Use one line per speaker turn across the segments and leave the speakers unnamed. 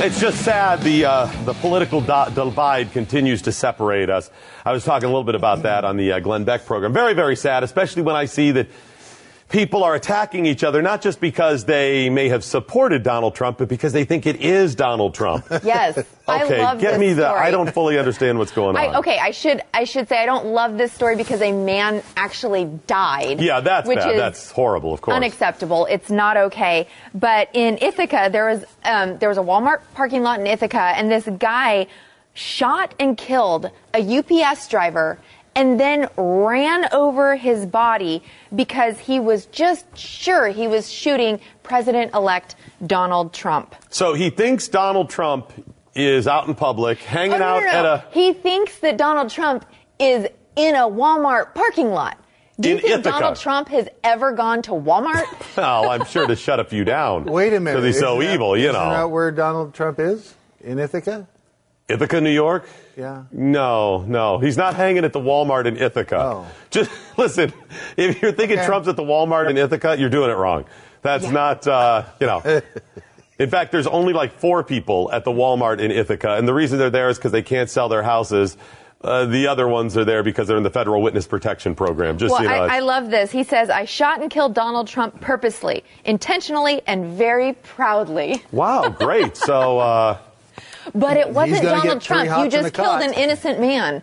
It's just sad the, uh, the political di- divide continues to separate us. I was talking a little bit about that on the uh, Glenn Beck program. Very, very sad, especially when I see that people are attacking each other, not just because they may have supported Donald Trump, but because they think it is Donald Trump.
Yes, I
okay,
love
get
this
me the.
Story.
I don't fully understand what's going on.
I, okay, I should I should say I don't love this story because a man actually died.
Yeah, that's
which
bad.
is
that's horrible, of course.
unacceptable. It's not okay. But in Ithaca, there was um, there was a Walmart parking lot in Ithaca, and this guy shot and killed a UPS driver. And then ran over his body because he was just sure he was shooting President elect Donald Trump.
So he thinks Donald Trump is out in public, hanging
Oh, no,
out
no, no.
at a.
He thinks that Donald Trump is in a Walmart parking lot. Do you
In
think
Ithaca.
Donald Trump has ever gone to Walmart?
Well, I'm sure to shut a few down.
Wait a minute.
Because he's so
isn't that-
evil, you
Isn't that
know.
where Donald Trump is? In Ithaca?
Ithaca, New York?
Yeah.
No, no. He's not hanging at the Walmart in Ithaca.
Oh.
Just listen, if you're thinking
Okay.
Trump's at the Walmart in Ithaca, you're doing it wrong. That's
Yeah.
not, uh, you know. In fact, there's only like four people at the Walmart in Ithaca, and the reason they're there is because they can't sell their houses. Uh, the other ones are there because they're in the federal witness protection program. Just
well,
so you know,
I, I
it's-
love this. He says, I shot and killed Donald Trump purposely, intentionally, and very proudly.
wow, great. So uh,
But it wasn't
gonna
Donald
get three
Trump.
hots
You
and
just
a
killed
cot.
an innocent man.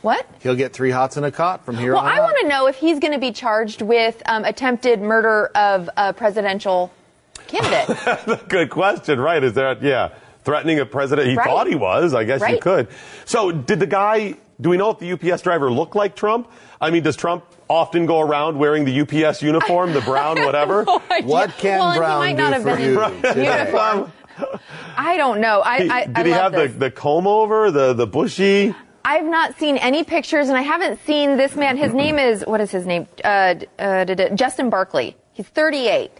What?
He'll get three hots and a cot from here
Well,
on
I
out.
want to know if he's going to be charged with um, attempted murder of a presidential candidate.
Good question, right? Is that yeah? Threatening a president? He
Right.
thought he was. I guess you
Right.
could. So, did the guy? Do we know if the UPS driver looked like Trump? I mean, does Trump often go around wearing the UPS uniform, the brown, whatever?
What can
well, and
Brown
he might not
do
have
for
been
you
in
today?
uniform. I don't know. I,
He-
I,
did
I
he
love
have
this.
the, the comb over, the the bushy?
I've not seen any pictures, and I haven't seen this man. His name is what is his name? Uh, d- uh, d- d- Justin Barkley. He's 38.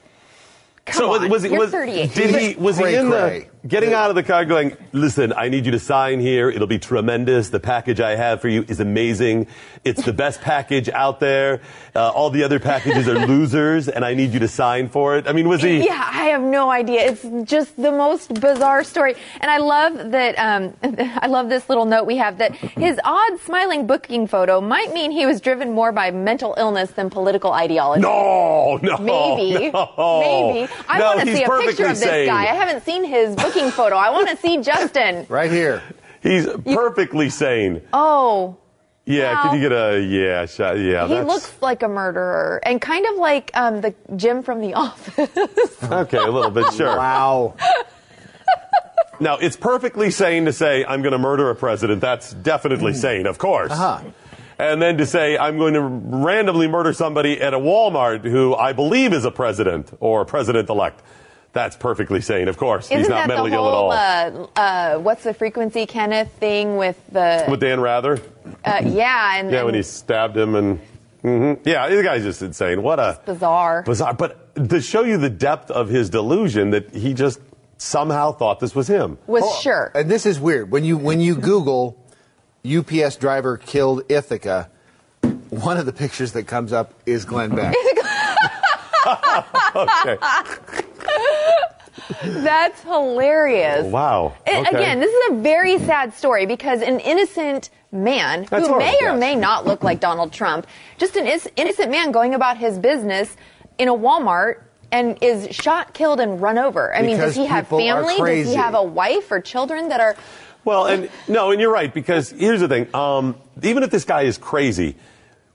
Come
so
on,
was he
you're
was
38.
did he was he
Cray,
in
cray.
the getting out of the car going? Listen, I need you to sign here. It'll be tremendous. The package I have for you is amazing. It's the best package out there. Uh, all the other packages are losers, and I need you to sign for it. I mean, was he?
Yeah, I have no idea. It's just the most bizarre story, and I love that. Um, I love this little note we have that his odd smiling booking photo might mean he was driven more by mental illness than political ideology.
No, no,
Maybe.
Oh, no.
Maybe. I
No,
want to
he's
see a
perfectly
picture of this
sane.
guy. I haven't seen his booking photo. I want to see Justin.
Right here.
He's perfectly sane.
Oh,
Yeah,
Wow.
could you get a yeah shot? Yeah,
he
that's,
looks like a murderer and kind of like um, the Jim from The Office.
okay a little bit. Sure.
Wow.
Now, it's perfectly sane to say, I'm going to murder a president. That's
Hmm.
definitely sane, of course.
Uh-huh.
And then to say, I'm going to randomly murder somebody at a Walmart who I believe is a president or president elect. That's perfectly sane, of course. He's
Isn't
not
that
mentally
the
ill at all.
whole uh, uh, what's the frequency Kenneth thing with the
With Dan Rather?
uh, yeah and
Yeah, when he
and
stabbed him and. hmm Yeah, the guy's just insane. What a.
bizarre.
Bizarre. But to show you the depth of his delusion that he just somehow thought this was him.
was
Well,
sure.
And this is weird. When you when you Google UPS driver killed Ithaca, one of the pictures that comes up is Glenn Beck.
Okay.
That's hilarious.
wow.
And
Okay.
Again, this is a very sad story because an innocent man
That's
who may
horrible,
or
yes.
may not look like Donald Trump, just an is- innocent man going about his business in a Walmart and is shot, killed, and run over. I mean,
Because
does he have
people are
family? Does
crazy.
he have a wife or children that are?
Well, and no, and you're right because here's the thing. Um, even if this guy is crazy,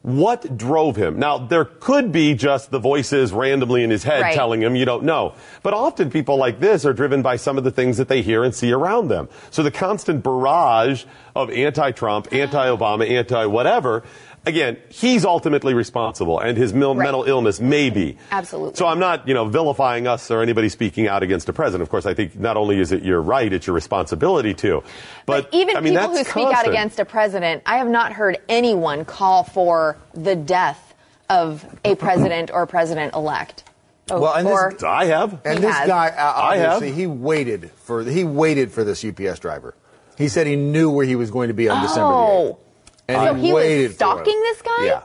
what drove him? Now there could be just the voices randomly in his head
Right.
telling him you don't know, but often people like this are driven by some of the things that they hear and see around them. So the constant barrage of anti-Trump, anti-Obama, anti-whatever. Again, he's ultimately responsible, and his mil-
Right.
mental illness maybe.
Absolutely.
So I'm not, you know, vilifying us or anybody speaking out against the president. Of course, I think not only is it your right, it's your responsibility to. But,
even
I mean,
people
that's
who speak out
constant.
against a president, I have not heard anyone call for the death of a president or president elect.
Well, and this-
or,
I have.
And
Oh, He
this
has.
guy, uh,
I have.
obviously, he waited for he waited for this UPS driver. He said he knew where he was going to be on December the
oh,
8th. And
So he was
waited for it.
stalking this guy?
Yeah.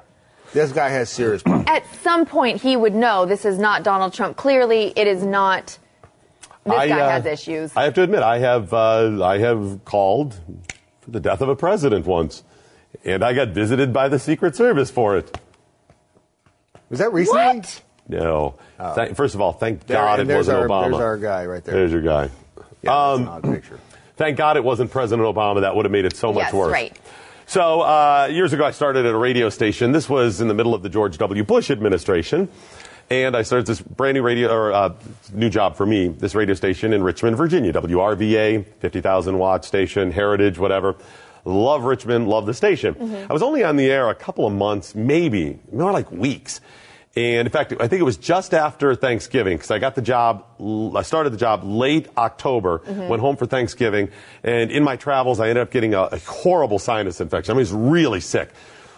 This guy has serious problems.
at some point he would know this is not Donald Trump. Clearly, it is not. This
I,
guy
uh,
has issues.
I have to admit, I have, uh, I have called for the death of a president once, and I got visited by the Secret Service for it.
Was that recently?
What?
No. Thank- first of all, thank
Oh. There-
God
and
it
there's
wasn't
our-
Obama.
there's our guy right there.
There's your guy.
Yeah, that's
Um,
an odd picture.
Thank God it wasn't President Obama. That would have made it so much
Yes,
worse.
right.
So uh, years ago, I started at a radio station. This was in the middle of the George W. Bush administration, and I started this brand new radio or uh, new job for me. This radio station in Richmond, Virginia, WRVA, fifty thousand watt station, Heritage, whatever. Love Richmond, love the station. I was only on the air a couple of months, maybe more like weeks. And in fact, I think it was just after Thanksgiving because I got the job. I started the job late October, went home for Thanksgiving, and in my travels, I ended up getting a, a horrible sinus infection. I mean, it's really sick.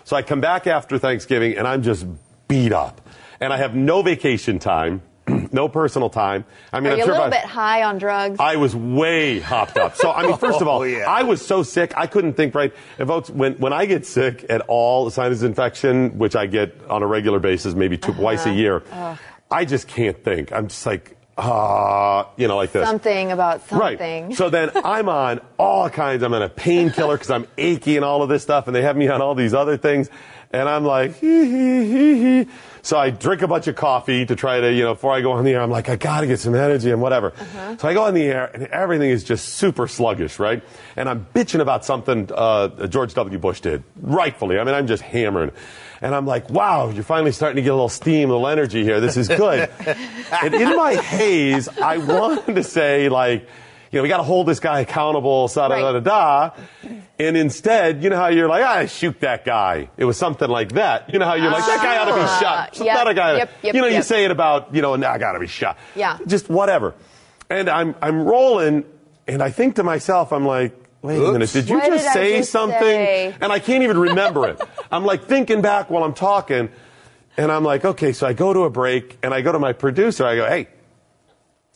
So I come back after Thanksgiving, and I'm just beat up, and I have no vacation time, no personal time. I mean,
Are
I'm
you a
sure if
little
I-
bit high on drugs?
I was way hopped up. So I mean, first of all,
Oh, yeah.
I was so sick I couldn't think right. And folks, when when I get sick at all, sinus infection, which I get on a regular basis, maybe two, twice a
Uh-huh.
year, I just can't think. I'm just like, ah, you know, like this.
something about something.
Right. So then I'm on all kinds. I'm on a painkiller because I'm achy and all of this stuff, and they have me on all these other things, and I'm like, hee hee hee hee. So I drink a bunch of coffee to try to, you know, before I go on the air, I'm like, I gotta get some energy and whatever. So I go on the air, and everything is just super sluggish, right? And I'm bitching about something uh, George W. Bush did, rightfully. I mean, I'm just hammering. And I'm like, wow, you're finally starting to get a little steam, a little energy here. This is good. and in my haze, I wanted to say, like, you know, we got to hold this guy accountable, sa da da
Right.
da da. And instead, you know how you're like, ah, shoot that guy. It was something like that. You know how you're like, that guy ought to
Ah,
be shot. So
yep,
not a guy.
yep, yep,
you know, you
yep.
say it about, you know, nah, I got to be shot.
Yeah.
Just whatever. And I'm I'm rolling, and I think to myself, I'm like, wait a
Oops.
minute, did you
What
just
did I
say
just
something?
say?
And I can't even remember it. I'm like thinking back while I'm talking, and I'm like, okay, so I go to a break, and I go to my producer. I go, hey.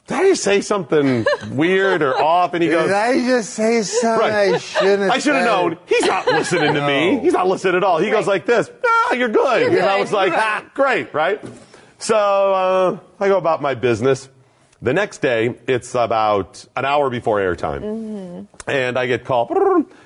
Did I just say something weird or off? And he goes,
Did I just say something
Right.
I shouldn't have
I should have
said?
known. He's not listening to me. He's not listening at all. He goes
Right.
like this. Ah, you're good.
You're
and I
good.
was like,
Right.
ah, great, right? So uh, I go about my business. The next day, it's about an hour before airtime,
Mm-hmm.
and I get called.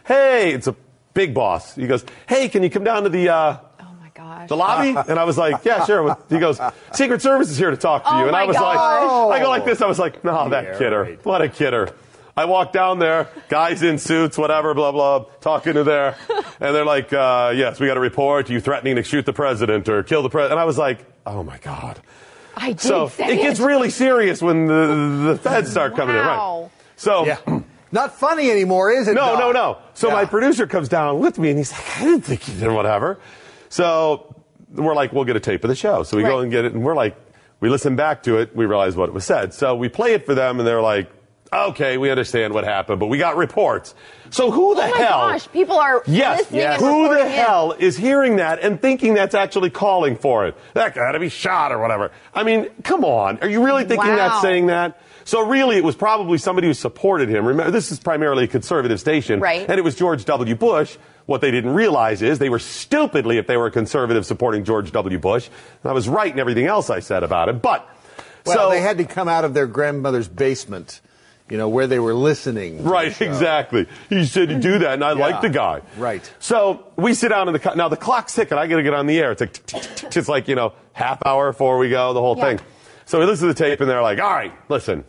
Hey, it's a big boss. He goes, Hey, can you come down to the uh,
oh my gosh.
the lobby? And I was like, yeah, sure. He goes, Secret Service is here to talk to
Oh
you. And I
my
was
gosh.
like, I go like this. I was like, no, that
Yeah,
kidder.
right.
What a kidder. I walk down there, guys in suits, whatever, blah, blah, talking to there. And they're like, uh, yes, we got a report. You threatening to shoot the president or kill the president. And I was like, oh my God.
I did
So
say
it gets really serious when the, the feds start coming in, right?
Wow.
So.
Yeah. Not funny anymore, is it?
Oh. No,
Doc?
no, no. So
Yeah.
my producer comes down with me and he's like, I didn't think you did whatever. So we're like, we'll get a tape of the show. So we go
Right.
and get it and we're like, we listen back to it. We realize what was said. So we play it for them and they're like, okay, we understand what happened, but we got reports. So who the
oh my
hell?
gosh, people are
Yes.
listening. and
Who the
reporting in.
hell is hearing that and thinking that's actually calling for it? That guy ought to be shot or whatever. I mean, come on. Are you really thinking
Wow.
that's saying that? So really, it was probably somebody who supported him. Remember, this is primarily a conservative station,
Right.
And it was George W. Bush. What they didn't realize is they were stupidly, if they were a conservative, supporting George W. Bush. And I was right in everything else I said about it. But
Well,
so
they had to come out of their grandmother's basement, you know, where they were listening. to the
Right,
show.
exactly. He said to do that, and I like the guy.
right.
So we sit down in the co- now the clock's ticking. I got to get on the air. It's like tick, tick, tick, tick. it's like you know half hour before we go the whole
Yeah.
thing. So he looks at the tape and they're like, all right, listen.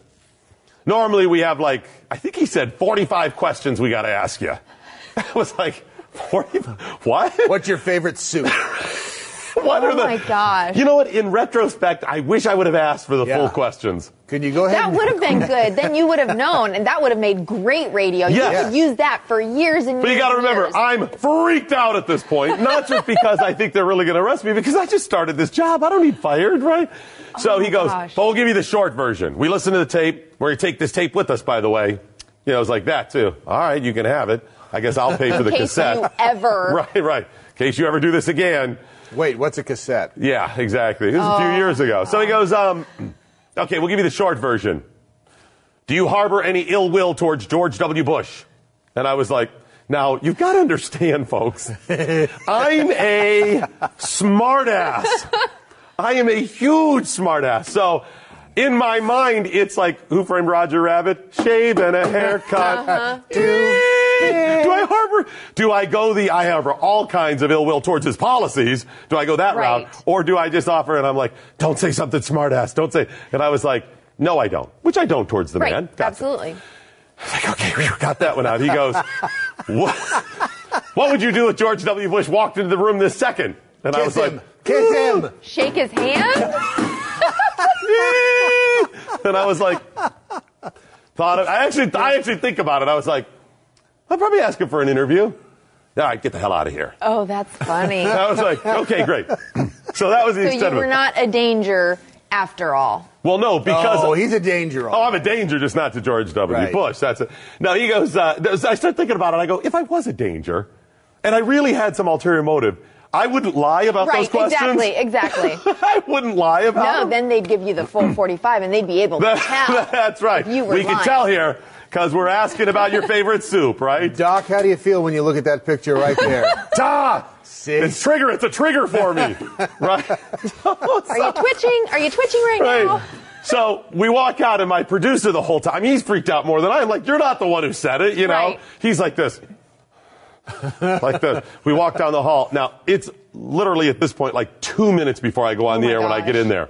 Normally we have like, I think he said 45 questions we got to ask you. I was like, 45? What?
What's your favorite soup?
What
Oh
are the,
my gosh.
You know what? In retrospect, I wish I would have asked for the
Yeah.
full questions.
Can you go ahead?
That
and-
would have been good. Then you would have known, and that would have made great radio. You
Yes.
could use that for years and years.
But you got to
and
remember,
years.
I'm freaked out at this point. Not just because I think they're really going to arrest me, because I just started this job. I don't need fired, right? So
Oh my
he goes,
gosh.
"Well, we'll give you the short version. We listen to the tape. We're going to take this tape with us, by the way." You know, it was like that too. All right, you can have it. I guess I'll pay for the
in case
cassette.
you ever.
Right, right. In case you ever do this again.
Wait, what's a cassette?
Yeah, exactly. This is a
Oh.
few years ago. So he goes, um, okay, we'll give you the short version. Do you harbor any ill will towards George W. Bush? And I was like, now, you've got to understand, folks, I'm a smartass. I am a huge smartass. So in my mind, it's like, who framed Roger Rabbit? Shave and a haircut. Do I harbor? Do I go the I harbor all kinds of ill will towards his policies? Do I go that
Right.
route, or do I just offer and I'm like, don't say something smartass, don't say? And I was like, no, I don't, which I don't towards the
Right,
man. Got that.
absolutely.
I was like, okay, we got that one out. He goes, what? What would you do if George W. Bush walked into the room this second? And I was
Kiss him.
like,
Kiss him.
Shake his hand.
and I was like, thought of, I actually, I actually think about it. I was like, I'll probably ask him for an interview. All right, get the hell out of here.
Oh, that's funny.
I was like, okay, great. So that was the
so you
extent of
were
it.
not a danger after all.
well, no, because
Oh, he's a danger.
Oh, I'm a danger, just not to George W.
Right.
Bush. That's it. Now he goes. Uh, th- so I start thinking about it. I go, if I was a danger, and I really had some ulterior motive, I wouldn't lie about those
right,
questions.
exactly, exactly.
I wouldn't lie about.
no,
them.
then they'd give you the full 45 and they'd be able to tell.
That- that's right.
You were
we can
lying.
tell here because we're asking about your favorite soup, right?
Doc, how do you feel when you look at that picture right there?
Ta!
See?
It's trigger. It's a trigger for me, right?
Are you twitching? Are you twitching right, now?
So we walk out, and my producer the whole time, he's freaked out more than I am. Like, you're not the one who said it, you know?
Right.
He's like this. like this. We walk down the hall. Now, it's literally at this point like two minutes before I go on
Oh
the
my
air when I get
gosh.
in there.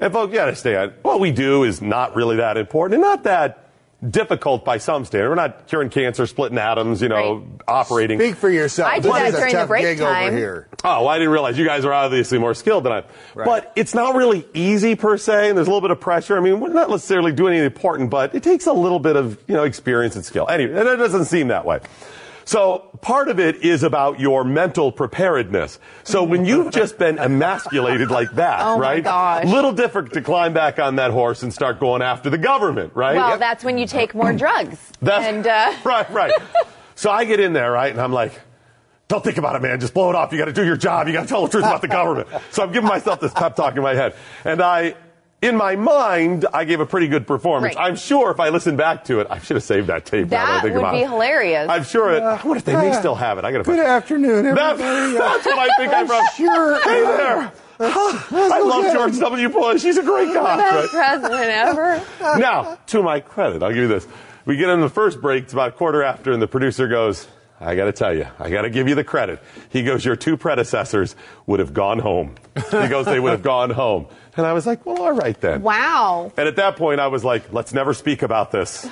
And folks, you gotta stay on. What we do is not really that important and not that difficult by some standard. We're not curing cancer, splitting atoms, you know,
Right.
operating.
Speak for yourself.
I do
this
that
is a
during the
tough
break
gig
time.
over here.
Oh, well, I didn't realize you guys are obviously more skilled than I am.
Right.
But it's not really easy per se, and there's a little bit of pressure. I mean, we're not necessarily doing anything important, but it takes a little bit of, you know, experience and skill. Anyway, and it doesn't seem that way. So part of it is about your mental preparedness. So when you've just been emasculated like that,
Oh my
right?
gosh.
Little different to climb back on that horse and start going after the government, right?
Well,
Yep.
that's when you take more drugs.
That's
and uh,
right, right. so I get in there, right, and I'm like, don't think about it, man. Just blow it off. You got to do your job. You got to tell the truth about the government. So I'm giving myself this pep talk in my head, and I. In my mind, I gave a pretty good performance.
Right.
I'm sure if I listen back to it, I should have saved that tape. now that I
that
think
would
about
be
it.
hilarious.
I'm sure it. I wonder if they may still have it. I got to.
Good afternoon,
That's,
everybody. Uh,
that's what I think I'm from.
sure.
Hey there. I love George W. Bush. He's a great guy. right?
Best president ever.
now, to my credit, I'll give you this. We get in the first break, it's about a quarter after, and the producer goes, I gotta tell you, I gotta give you the credit. He goes, Your two predecessors would have gone home. He goes, They would have gone home. And I was like, Well, all right then.
Wow.
And at that point, I was like, Let's never speak about this.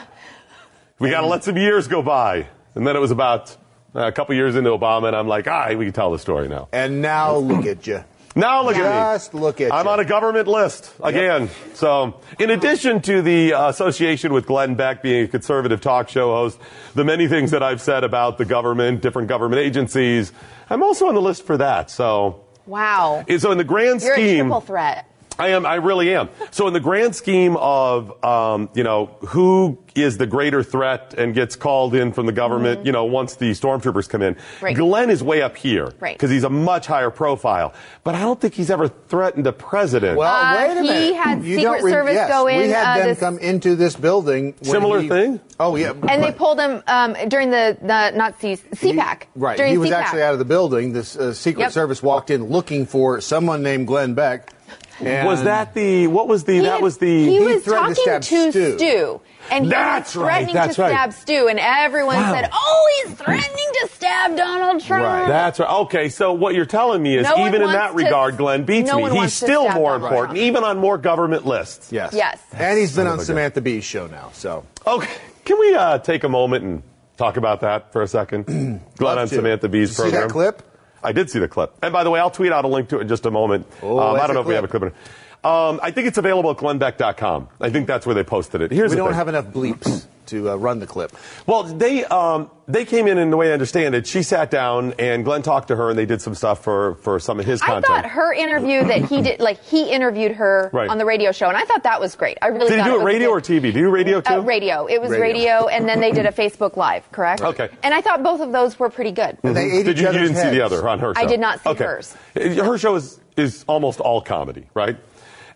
We gotta let some years go by. And then it was about uh, a couple years into Obama, and I'm like, All right, we can tell the story now.
And now look at you.
Now look at me.
Just look at
I'm
you.
on a government list again. So, in addition to the uh, association with Glenn Beck being a conservative talk show host, the many things that I've said about the government, different government agencies, I'm also on the list for that. So,
Wow.
and so in the grand
You're a
scheme,
triple threat.
I am. I really am. So in the grand scheme of, um, you know, who is the greater threat and gets called in from the government, you know, once the stormtroopers come in,
Mm-hmm. Right.
Glenn is way up here
Right.
because he's a much higher profile. But I don't think he's ever threatened a president.
Well,
Uh,
wait a
he
minute.
had
You
Secret
don't
Service
yes,
go
We
in,
had
uh,
them
this-
come into this building. when
Similar
he-
thing?
Oh yeah.
And they
but
pulled him um, during the, the not C-
he-
CPAC.
Right.
During
he was
CPAC.
actually out of the building. This uh, Secret
Yep.
Service walked in looking for someone named Glenn Beck. And
was that the what was the
He
that
had-
was the
he,
He
was
threatened
talking
to
to,
stab Stu.
Stu, and he
That's
was
right,
threatening
that's
to
right.
stab Stu, and everyone
Wow.
said, "Oh, he's threatening to stab Donald Trump."
Right.
That's right. Okay, so what you're telling me is
No one
even in
wants
that
to-
regard, Glenn beats
no
me.
one
He's
wants to
still
step
more
on
important,
Trump.
even on more government lists.
Yes.
Yes.
And he's been
Son
on
of a gun.
Samantha Bee's show now, so.
Okay, can we uh, take a moment and talk about that for a second? Glenn
Love
on
to.
Samantha Bee's
See
program.
that clip?
I did see the clip. And by the way, I'll tweet out a link to it in just a moment.
Oh,
um, I
that's
don't know
a
if we have a clip.
clip.
In it. Um, I think it's available at glenbeck.com. I think that's where they posted it. Here's
We
the
don't
thing.
have enough bleeps to uh, run the clip.
Well, they um, they came in, and the way I understand it, she sat down and Glenn talked to her, and they did some stuff for for some of his
I
content.
thought her interview that he did, like he interviewed her
Right.
on the radio show, and I thought that was great. I really
did you
thought
do it
was a
radio
good-
or TV? Do you do radio too?
Uh, radio. It was radio.
Radio.
and then they did a Facebook Live, correct?
Right. Okay. Mm.
And I thought both of those were pretty good.
They
Mhm.
ate
Did
each
you, you
other's
didn't see the
heads.
other on her show?
I did not see
okay. Uh,
hers.
Her show is is almost all comedy, right?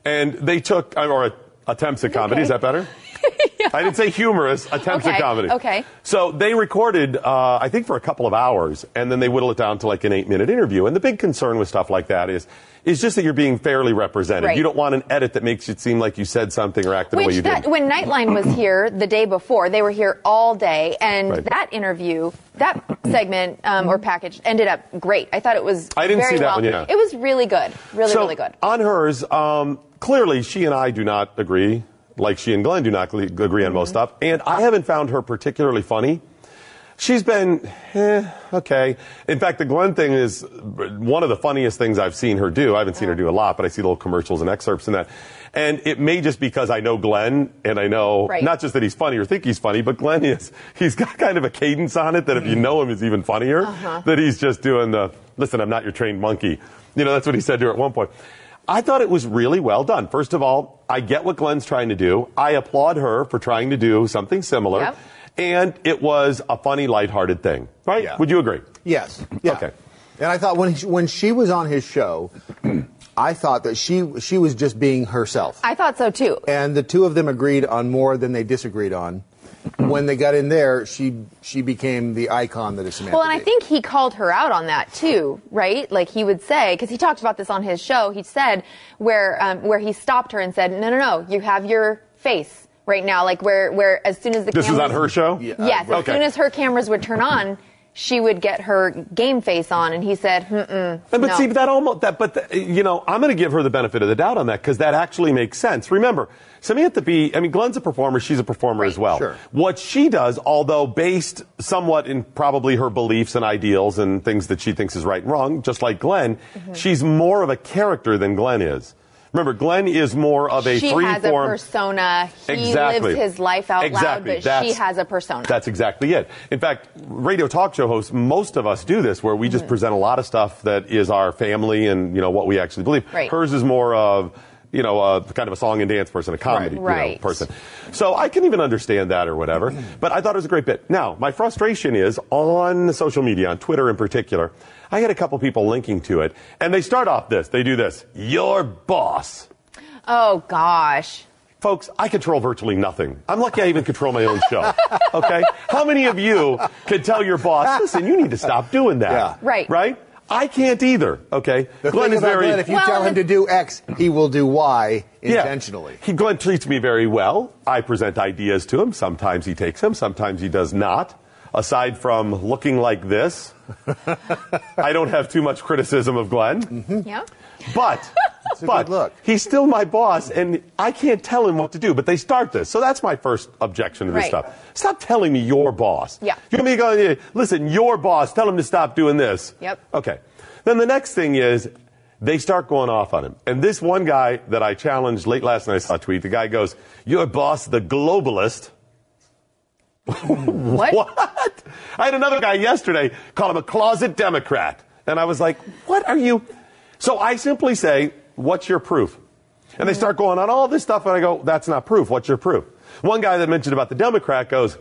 And they took uh, or attempts at comedy.
Okay.
Is that better? I didn't say humorous. Attempts at
Okay,
comedy.
okay.
So they recorded, uh, I think, for a couple of hours, and then they whittle it down to like an eight-minute interview. And the big concern with stuff like that is, is just that you're being fairly represented.
Right.
You don't want an edit that makes it seem like you said something or acted the way
Which
you
that,
did.
when Nightline was here the day before, they were here all day, and
Right.
that interview, that segment um, or package ended up great. I thought it was.
I didn't
very
see that
well.
one, yeah.
It was really good, really,
so
really good.
on hers, um, clearly she and I do not agree, like she and Glenn do not gle- agree on
Mm-hmm.
most stuff. And I haven't found her particularly funny. She's been eh, okay. In fact, the Glenn thing is one of the funniest things I've seen her do. I haven't
Uh-huh.
seen her do a lot, but I see little commercials and excerpts and that. And it may just because I know Glenn and I know
Right.
not just that he's funny or think he's funny, but Glenn is he's got kind of a cadence on it that if you know him is even funnier. That he's just doing the listen, I'm not your trained monkey. You know, that's what he said to her at one point. I thought it was really well done. First of all, I get what Glenn's trying to do. I applaud her for trying to do something similar.
Yep.
And it was a funny, lighthearted thing, right?
Yeah.
Would you agree?
Yes. Yeah.
Okay.
And I thought when she, when she was on his show, I thought that she she was just being herself.
I thought so too.
and the two of them agreed on more than they disagreed on. When they got in there, she she became the icon that is Samantha.
Well, and I
Bee.
think he called her out on that too, right? Like he would say, because he talked about this on his show. He said where um, where he stopped her and said, "No, no, no, you have your face right now." Like where where as soon as the
This was on
cameras-
her show?
Yeah.
Yes,
Okay.
as soon as her cameras would turn on, she would get her game face on, and he said, "Mm-mm."
And, but
no.
see, that almost, that, but, the, you know, I'm going to give her the benefit of the doubt on that because that actually makes sense. Remember, Samantha Bee, I mean, Glenn's a performer. She's a performer as well.
Sure.
What she does, although based somewhat in probably her beliefs and ideals and things that she thinks is right and wrong, just like Glenn,
Mm-hmm.
she's more of a character than Glenn is. Remember, Glenn is more of a
she
free
has a
form.
persona. He
Exactly.
lives his life out
Exactly.
loud, but she
That's-
has a persona.
That's exactly it. In fact, radio talk show hosts, most of us do this where we
Mm-hmm.
just present a lot of stuff that is our family and, you know, what we actually believe.
Right.
Hers is more of, you know, a, kind of a song and dance person, a comedy
Right.
you know,
Right. Mm-hmm.
person. So I can even understand that or whatever, but I thought it was a great bit. Now, my frustration is on social media, on Twitter in particular, I had a couple people linking to it and they start off this. They do this. Your boss.
oh gosh.
Folks, I control virtually nothing. I'm lucky I even control my own show. Okay? How many of you could tell your boss, listen, you need to stop doing that?
Yeah.
Right.
Right? I can't either. Okay?
the thing about Glenn, if you
Well,
tell him
the-
to do X, he will do Y intentionally.
He, Glenn treats me very well. I present ideas to him. Sometimes he takes them, sometimes he does not. Aside from looking like this, I don't have too much criticism of Glenn.
Yeah.
But,
a
but
good look.
he's still my boss, and I can't tell him what to do. But they start this, so that's my first objection to this
Right.
stuff. Stop telling me your boss.
Yeah.
You want me to go? "Yeah, Listen, your boss. Tell him to stop doing this.
Yep.
Okay. Then the next thing is they start going off on him, and this one guy that I challenged late last night, I saw a tweet. The guy goes, "Your boss, the globalist."
What? Oh,
What? I had another guy yesterday call him a closet Democrat. And I was like, what are you? So I simply say, what's your proof? And they start going on all this stuff, and I go, that's not proof. What's your proof? One guy that mentioned about the Democrat goes,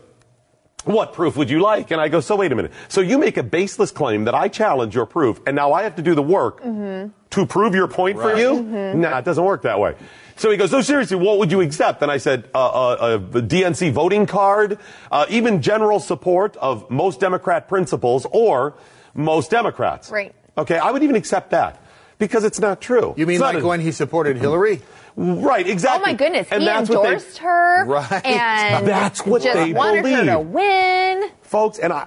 what proof would you like? And I go, so wait a minute. So you make a baseless claim that I challenge your proof, and now I have to do the work to prove your point for
Right. Mm-hmm.
you? No, it doesn't work that way. So he goes, so seriously, what would you accept? And I said, uh, uh, a DNC voting card, uh, even general support of most Democrat principles or most Democrats.
Right.
Okay, I would even accept that. because it's not true.
You mean
It's not
like
a-
when he supported Hillary?
Right,
Oh
exactly.
my goodness,
And
he
that's what they-
endorsed her.
Right.
And
That's what
just
they
wanted her to
believe.
win.
folks, and I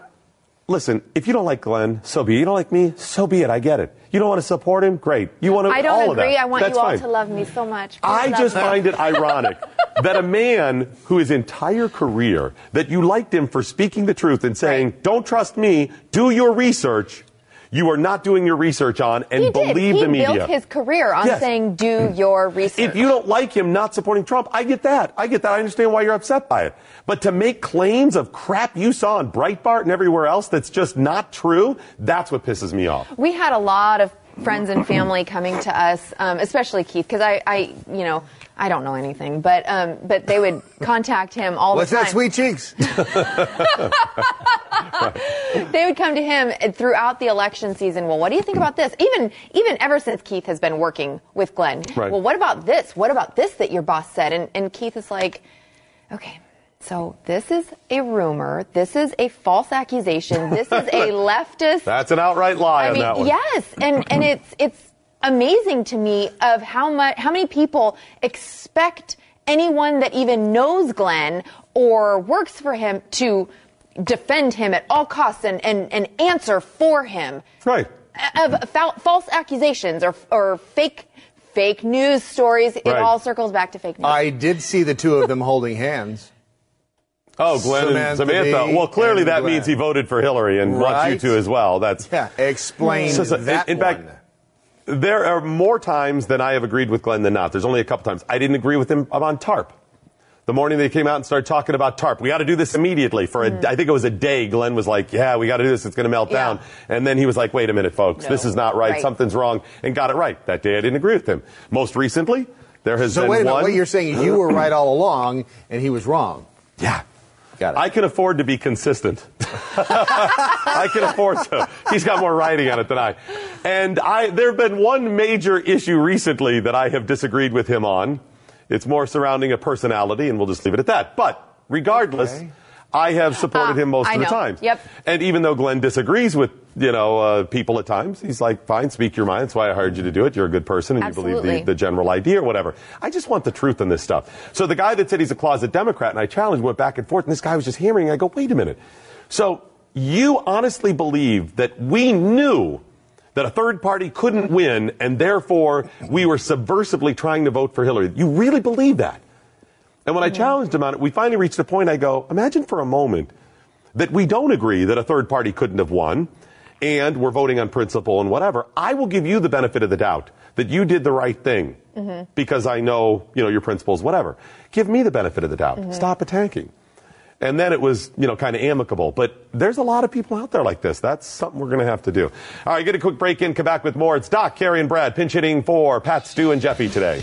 listen. If you don't like Glenn, so be it. You don't like me, so be it. I get it. You don't want to support him, great. You want to
I don't
all
agree.
Of that.
I want
That's
you all
fine.
to love me so much.
I
Please love
just
me.
find it ironic that a man who his entire career that you liked him for speaking the truth and saying, "Don't trust me, do your research," you are not doing your research on and
he did.
believe
he
the media.
built his career on
Yes.
saying, "Do your research."
If you don't like him not supporting Trump, I get that. I get that. I understand why you're upset by it. But to make claims of crap you saw on Breitbart and everywhere else that's just not true, that's what pisses me off.
we had a lot of friends and family coming to us, um, especially Keith, because I, I, you know, I don't know anything, but um, but they would contact him all
What's
the time.
that, sweet cheeks?
They would come to him uh, throughout the election season. Well, what do you think about this? Even even ever since Keith has been working with Glenn.
Right.
Well, what about this? What about this that your boss said? And and Keith is like, okay. So this is a rumor. This is a false accusation. This is a leftist
That's an outright lie
I
on
mean,
that one.
yes, and and it's it's amazing to me of how much how many people expect anyone that even knows Glenn or works for him to defend him at all costs and and, and answer for him uh,
Right.
of fal- false accusations or or fake fake news stories. It
Right.
all circles back to fake news.
I did see the two of them holding hands.
Oh, Glenn and
Samantha
Samantha.
Bee
Well, clearly
and
that
Glenn.
means he voted for Hillary and
Right.
wants you to as well. That's
Yeah, explain
So- so, in-
that
in fact,
one.
There are more times than I have agreed with Glenn than not. There's only a couple times. I didn't agree with him on TARP. The morning they came out and started talking about TARP, we got to do this immediately. For a, I think it was a day, Glenn was like, "Yeah, we got to do this. It's going to melt
Mm. Yeah.
down." And then he was like, "Wait a minute, folks,
No.
this is not right.
Right.
Something's wrong," and got it right that day. I didn't agree with him. Most recently, there has
so
been
wait a minute.
one.
What you're saying is you were right all along, and he was wrong.
yeah.
Got it.
I can afford to be consistent. I can afford to. He's got more writing on it than I. And I, there have been one major issue recently that I have disagreed with him on. It's more surrounding a personality, and we'll just leave it at that. But regardless,
Okay.
I have supported
Ah,
him most
I
of the
know.
time.
Yep.
And even though Glenn disagrees with you know uh, people at times, he's like, "Fine, speak your mind. That's why I hired you to do it. You're a good person, and you believe
Absolutely.
the, the general idea or whatever. I just want the truth in this stuff. So the guy that said he's a closet Democrat and I challenged went back and forth, and this guy was just hammering. I go, wait a minute. So you honestly believe that we knew that a third party couldn't win, and therefore we were subversively trying to vote for Hillary? You really believe that? And when I challenged him on it, we finally reached a point I go, imagine for a moment that we don't agree that a third party couldn't have won and we're voting on principle and whatever. I will give you the benefit of the doubt that you did the right thing because I know, you know, your principles, whatever. Give me the benefit of the doubt. Stop attacking. And then it was, you know, kind of amicable. But there's a lot of people out there like this. That's something we're going to have to do. All right, get a quick break in. Come back with more. It's Doc, Carrie, and Brad pinch hitting for Pat, Stu, and Jeffy today.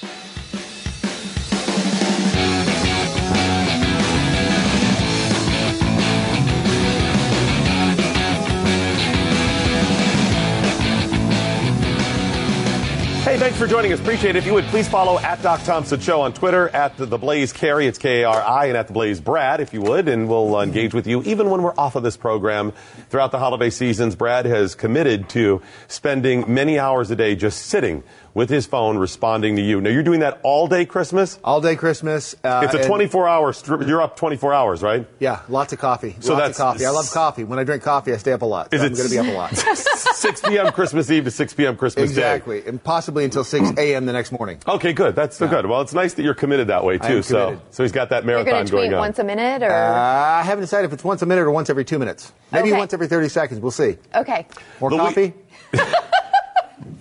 Hey, thanks for joining us. Appreciate it. If you would please follow at Doc Thompson Show on Twitter, at the, the Blaze Carey, it's K A R I, and at the Blaze Brad, if you would, and we'll uh, engage with you even when we're off of this program. Throughout the holiday seasons, Brad has committed to spending many hours a day just sitting with his phone responding to you. Now you're doing that all day Christmas.
All day Christmas. Uh,
It's a
and-
24 hour. Stri- you're up 24 hours, right?
Yeah, lots of coffee.
So
lots
that's-
of coffee. I love coffee. When I drink coffee, I stay up a lot. So
Is
I'm
it-
going to be up a lot.
6 p.m. Christmas Eve to 6 p.m. Christmas Day.
exactly, and possibly until 6 a.m. the next morning.
Okay, good. That's so good. Well, it's nice that you're committed that way
I
too.
am
So,
committed.
so he's got that
You're going
marathon
to tweet
going on.
once a minute or.
Uh, I haven't decided if it's once a minute or once every two minutes. Maybe
Okay.
once every 30 seconds. We'll see.
okay.
More
The we-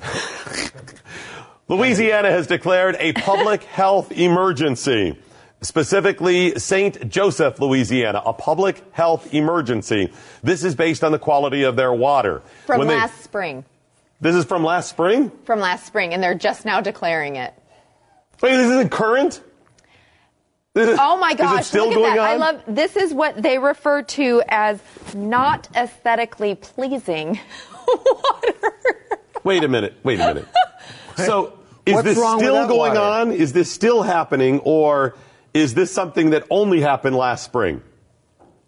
coffee?
Louisiana has declared a public health emergency. Specifically, St. Joseph, Louisiana, a public health emergency. This is based on the quality of their water.
From
When they-
last spring.
this is from last spring?
From last spring, and they're just now declaring it.
Wait, this isn't current? This is-
Oh my
is it
gosh!
still
look
going
at that. I
on?
love this is what they refer to as not aesthetically pleasing water.
Wait a minute. Wait a minute. So, is
What's
this
wrong with
still
that
going
water?
on? Is this still happening? Or is this something that only happened last spring?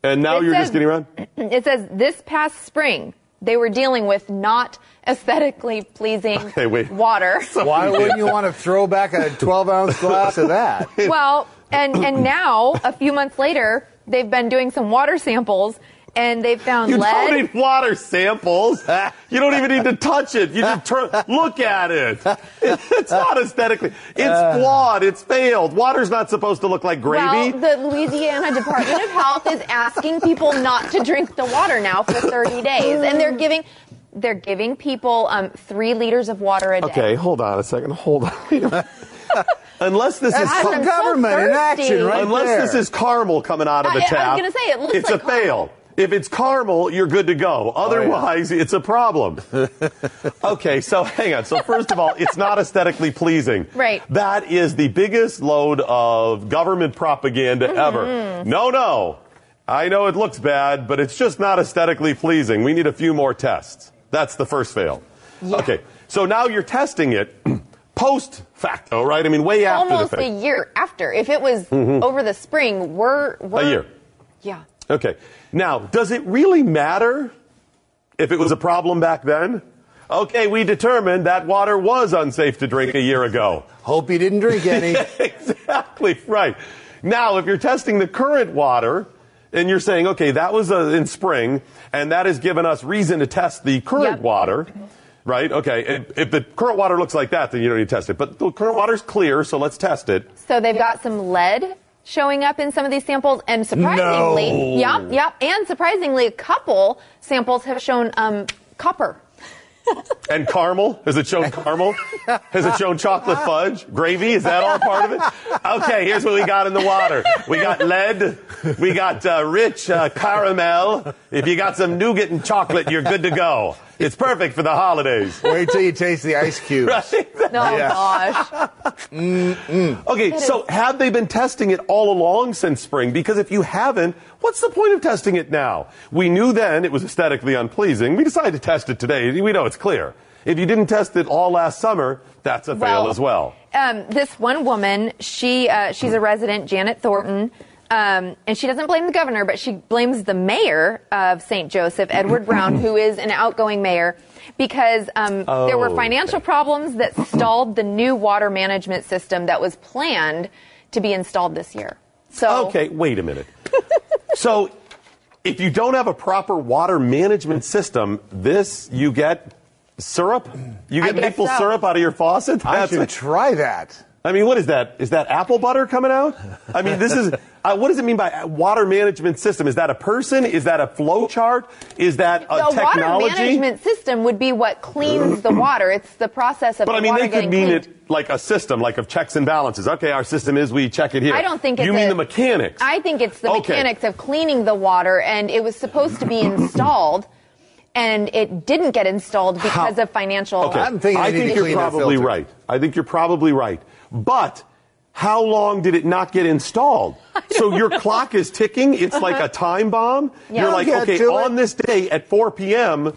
And now
It
you're
says-
just getting around?
It says this past spring they were dealing with not aesthetically pleasing
Okay, wait.
water.
Why wouldn't you want to throw back a 12 ounce glass of that?
well, and and now a few months later they've been doing some water samples and they found
You
lead.
don't need water samples. You don't even need to touch it. You just turn, look at it. It's not aesthetically.
Uh.
It's flawed. It's failed. Water's not supposed to look like gravy.
Well, the Louisiana Department of Health is asking people not to drink the water now for 30 days, and they're giving they're giving people um, three liters of water a day.
okay, hold on a second. Hold on. unless this is
That's
I'm
the
so
government in
thirsty.
action right
unless
there.
this is caramel coming out of the
I- I was
tap.
gonna say, it looks
it's
like
a
caramel.
fail. If it's caramel, you're good to go. Otherwise, it's a problem. okay, so hang on. So first of all, it's not aesthetically pleasing.
Right.
That is the biggest load of government propaganda
Mm-hmm.
ever. No, no. I know it looks bad, but it's just not aesthetically pleasing. We need a few more tests. That's the first fail. Okay. So now you're testing it post facto, right? I mean, way after
Almost
the fact. Mm-hmm.
a year after. If it was over the spring, we're, we're
a year.
Yeah.
Okay. Now, does it really matter if it was a problem back then? Okay, we determined that water was unsafe to drink a year ago.
Hope you didn't drink any.
exactly right. Now, if you're testing the current water and you're saying, okay, that was uh, in spring, and that has given us reason to test the current
Yep.
water, right? Okay, if- if the current water looks like that, then you don't need to test it. But the current water's clear, so let's test it.
So they've got some lead showing up in some of these samples, and surprisingly,
No.
yep, yep, and surprisingly, a couple samples have shown um, copper.
And caramel? Has it shown caramel? Has it shown chocolate fudge? Gravy? Is that all part of it? Okay, here's what we got in the water. We got lead. We got uh, rich uh, caramel. If you got some nougat and chocolate, you're good to go. It's perfect for the holidays.
Wait till you taste the ice cube.
No Oh, gosh,
Okay, so have they been testing it all along since spring? Because if you haven't, what's the point of testing it now? We knew then it was aesthetically unpleasing. We decided to test it today. We know it's clear. If you didn't test it all last summer, that's a fail
Well,
as well.
um, this one woman, she uh, she's a resident, Janet Thornton, um, and she doesn't blame the governor, but she blames the mayor of St. Joseph, Edward Brown, who is an outgoing mayor, because um, there were
Oh,
financial problems that stalled the new water management system that was planned to be installed this year. So
Okay, wait a minute. so, if you don't have a proper water management system, this you get syrup. You
I
get
guess
maple
so.
syrup out of your faucet.
I
That's
should
what-
try that.
I mean, what is that? Is that apple butter coming out? I mean, this is. Uh, what does it mean by water management system? Is that a person? Is that a flow chart? Is that a
the
uh, technology?
water management system would be what cleans the water. It's the process of
but
the
I mean,
water
they could
getting
mean
cleaned.
it like a system, like of checks and balances. Okay, our system is we check it here.
I don't think it's
you mean
a-
the mechanics.
I think it's the
Okay.
mechanics of cleaning the water, and it was supposed to be installed, and it didn't get installed because
How-
of financial.
Okay.
I'm thinking
I
they need
think
to
you're
clean that
probably
filter.
right. I think you're probably right. But how long did it not get installed? So your clock is ticking. It's like a time bomb.
Yeah.
You're like,
I'll get
okay,
to it.
on this day at 4 p.m.,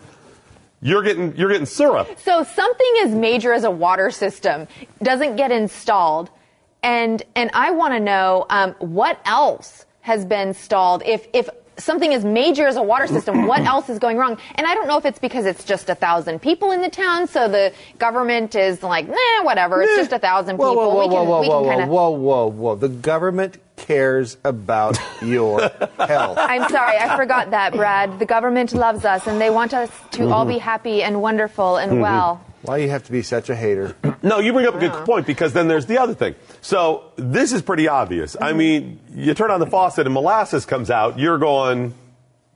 you're getting you're getting syrup.
So something as major as a water system doesn't get installed, and and I want to know um, what else has been stalled. If if something as major as a water system, what else is going wrong? And I don't know if it's because it's just a thousand people in the town, so the government is like, nah, whatever. It's just a thousand
Whoa,
people. we
whoa, whoa, whoa,
can,
whoa,
we
whoa,
can
whoa,
kinda,
whoa, whoa, whoa. The government cares about your health.
I'm sorry, I forgot that, Brad. The government loves us, and they want us to all
Mm-hmm.
be happy and wonderful and well.
Why you have to be such a hater?
No, you bring up a good point because then there's the other thing. So this is pretty obvious. I mean, you turn on the faucet and molasses comes out. You're going,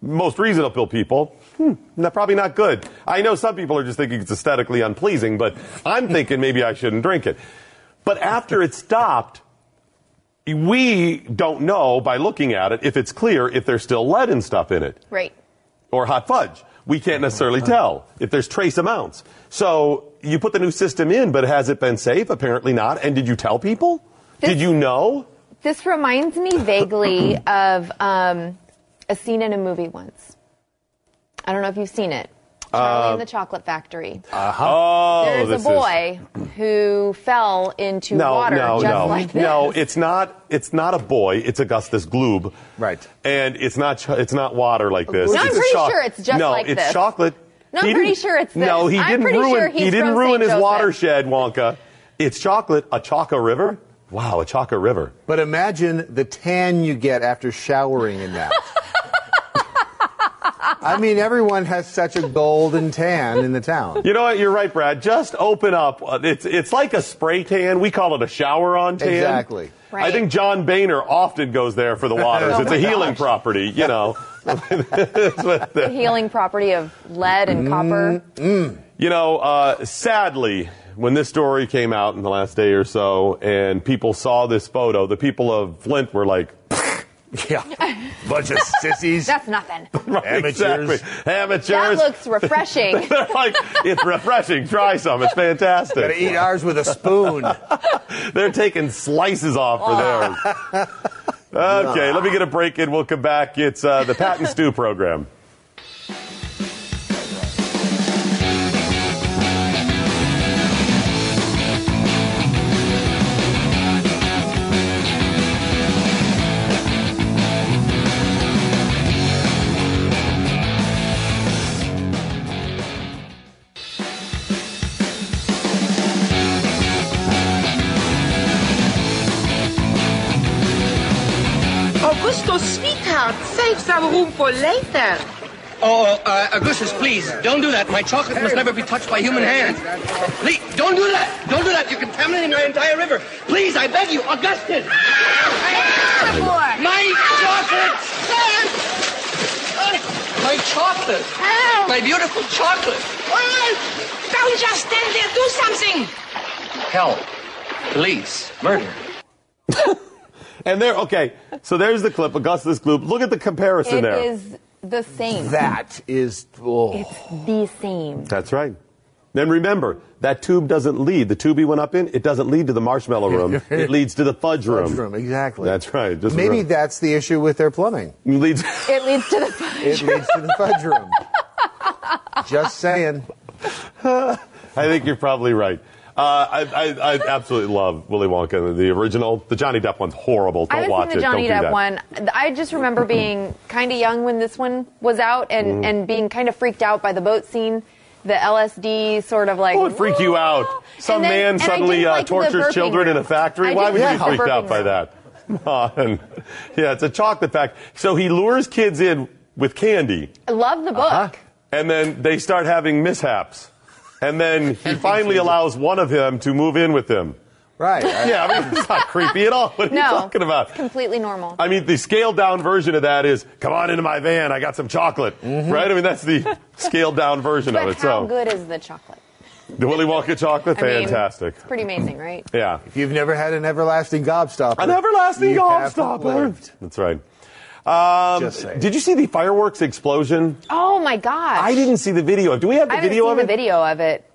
most reasonable people, hmm, no, probably not good. I know some people are just thinking it's aesthetically unpleasing, but I'm thinking maybe I shouldn't drink it. But after it stopped, we don't know by looking at it if it's clear if there's still lead and stuff in it
Right.
or hot fudge. We can't necessarily tell if there's trace amounts. So you put the new system in, but has it been safe? Apparently not. And did you tell people? Did you know?
This reminds me vaguely of um, a scene in a movie once. I don't know if you've seen it. Charlie and the Chocolate Factory.
Uh, Oh,
There's a
this Is,
boy who fell into
no,
water
no,
just
no,
like this.
no. It's not. It's not a boy. It's Augustus Gloob.
Right.
And it's not. cho- It's not water like this.
No, I'm
It's
pretty
choc-
sure it's just
no,
like
it's
this.
chocolate.
No, I'm
He
pretty
didn't-
sure it's this.
No, he
I'm
didn't
pretty
ruin.
sure
he
he's
didn't
from
ruin
St.
his
Joseph.
watershed, Wonka. It's chocolate. A Chaka River. Wow, a Chaka River.
But imagine the tan you get after showering in that. I mean, everyone has such a golden tan in the town.
You know what? You're right, Brad. Just open up. Uh, It's it's like a spray tan. We call it a shower on tan.
Exactly.
I
Right.
think John Boehner often goes there for the waters.
Oh
it's
my
a healing
gosh.
property, you know.
The healing property of lead and
Mm.
copper.
You know, uh, sadly, when this story came out in the last day or so, and people saw this photo, the people of Flint were like,
Yeah. Bunch of sissies.
That's nothing.
right,
Amateurs.
exactly.
That
amateurs.
looks refreshing.
They're like, it's refreshing. Try some. It's fantastic.
Gotta eat ours with a spoon.
They're taking slices off for theirs. Okay, let me get a break and we'll come back. It's uh, the Pat and Stew program.
Augusto's sweetheart save some room for later.
Oh, uh, Augustus, please, don't do that. My chocolate must never be touched by human hand. Please, don't do that. Don't do that. You're contaminating my entire river. Please, I beg you, Augustus. My chocolate. My chocolate. My beautiful chocolate.
Don't just stand there, do something!
Help. Police. Murder.
And there, okay, so there's the clip, Augustus Gloop. Look at the comparison
It
there.
is the same.
That is. Oh.
It's the same.
That's right. Then remember, that tube doesn't lead. The tube he went up in, it doesn't lead to the marshmallow room. it leads to the fudge room.
Fudge room, exactly.
That's right. Just
Maybe
room.
that's the issue with their plumbing.
leads.
It leads to the.
It leads to the fudge room. Just saying.
I think you're probably right. Uh, I, I, I absolutely love Willy Wonka, the original. The Johnny Depp one's horrible.
I
Don't
haven't
watch
seen the
it.
Johnny
Don't do
Depp
that.
one. I just remember being kind of young when this one was out
Mm.
and, and being kind of freaked out by the boat scene, the LSD sort of like.
What would freak Oh, you out?
"Whoa."
Some
And then-
man
and I
suddenly
didn't
uh,
like the
tortures
burping
children in a
room.
factory.
I
Why
didn't
would you be
like the
freaked out
burping
by
room.
that? Come on. Yeah, it's a chocolate fact. So he lures kids in with candy,
I love the book.
Uh-huh. and then they start having mishaps. And then he finally allows one of them to move in with him.
Right. I-
Yeah, I mean, it's not creepy at all. What are
No.
you talking about?
It's completely normal.
I mean, the scaled down version of that is, come on into my van, I got some chocolate. Right? I mean, that's the scaled down version
Mm-hmm. but
of it.
how
so,
good is the chocolate?
the Willy Wonka chocolate,
I mean,
fantastic.
it's pretty amazing, right?
yeah.
If you've never had an everlasting gobstopper,
An everlasting
you haven't
gobstopper.
lived.
That's right. Um,
Just saying.
did you see the fireworks explosion?
Oh my gosh.
I didn't see the video. Do we have the
I haven't
video
seen
of
the
it? Ah,
video of it.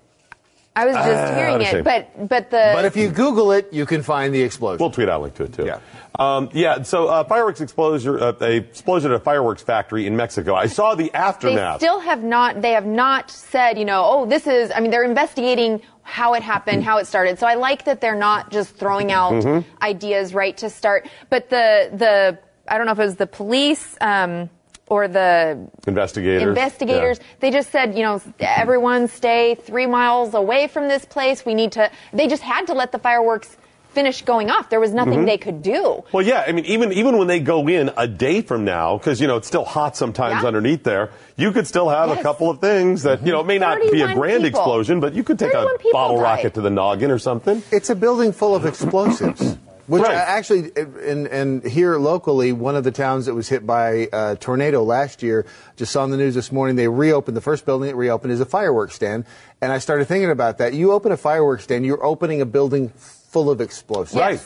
I was just hearing
let's see.
it, but but the
But if you Google it, you can find the explosion.
We'll tweet out a link to it too.
Yeah.
Um, yeah. So uh, fireworks explosion, uh, a explosion at a fireworks factory in Mexico. I saw the
they
aftermath.
still have not they have not said you know oh this is i mean they're investigating how it happened how it started so i like that they're not just throwing out
Mm-hmm.
ideas right to start but the the i don't know if it was the police um or the
Investigators.
investigators
Yeah.
they just said you know everyone stay three miles away from this place we need to they just had to let the fireworks finish going off there was nothing
Mm-hmm.
they could do
Well, yeah. I mean, even even when they go in a day from now, because you know it's still hot sometimes
Yeah.
underneath there, you could still have a
Yes.
couple of things that you know it may not be a
31
grand
people.
explosion, but you could take a
31 people
bottle
died.
rocket to the noggin or something.
It's a building full of explosives. Which
Right.
I actually, and, and here locally, one of the towns that was hit by a tornado last year, just saw on the news this morning, they reopened, the first building that reopened is a fireworks stand. And I started thinking about that. You open a fireworks stand, you're opening a building full of explosives.
Right.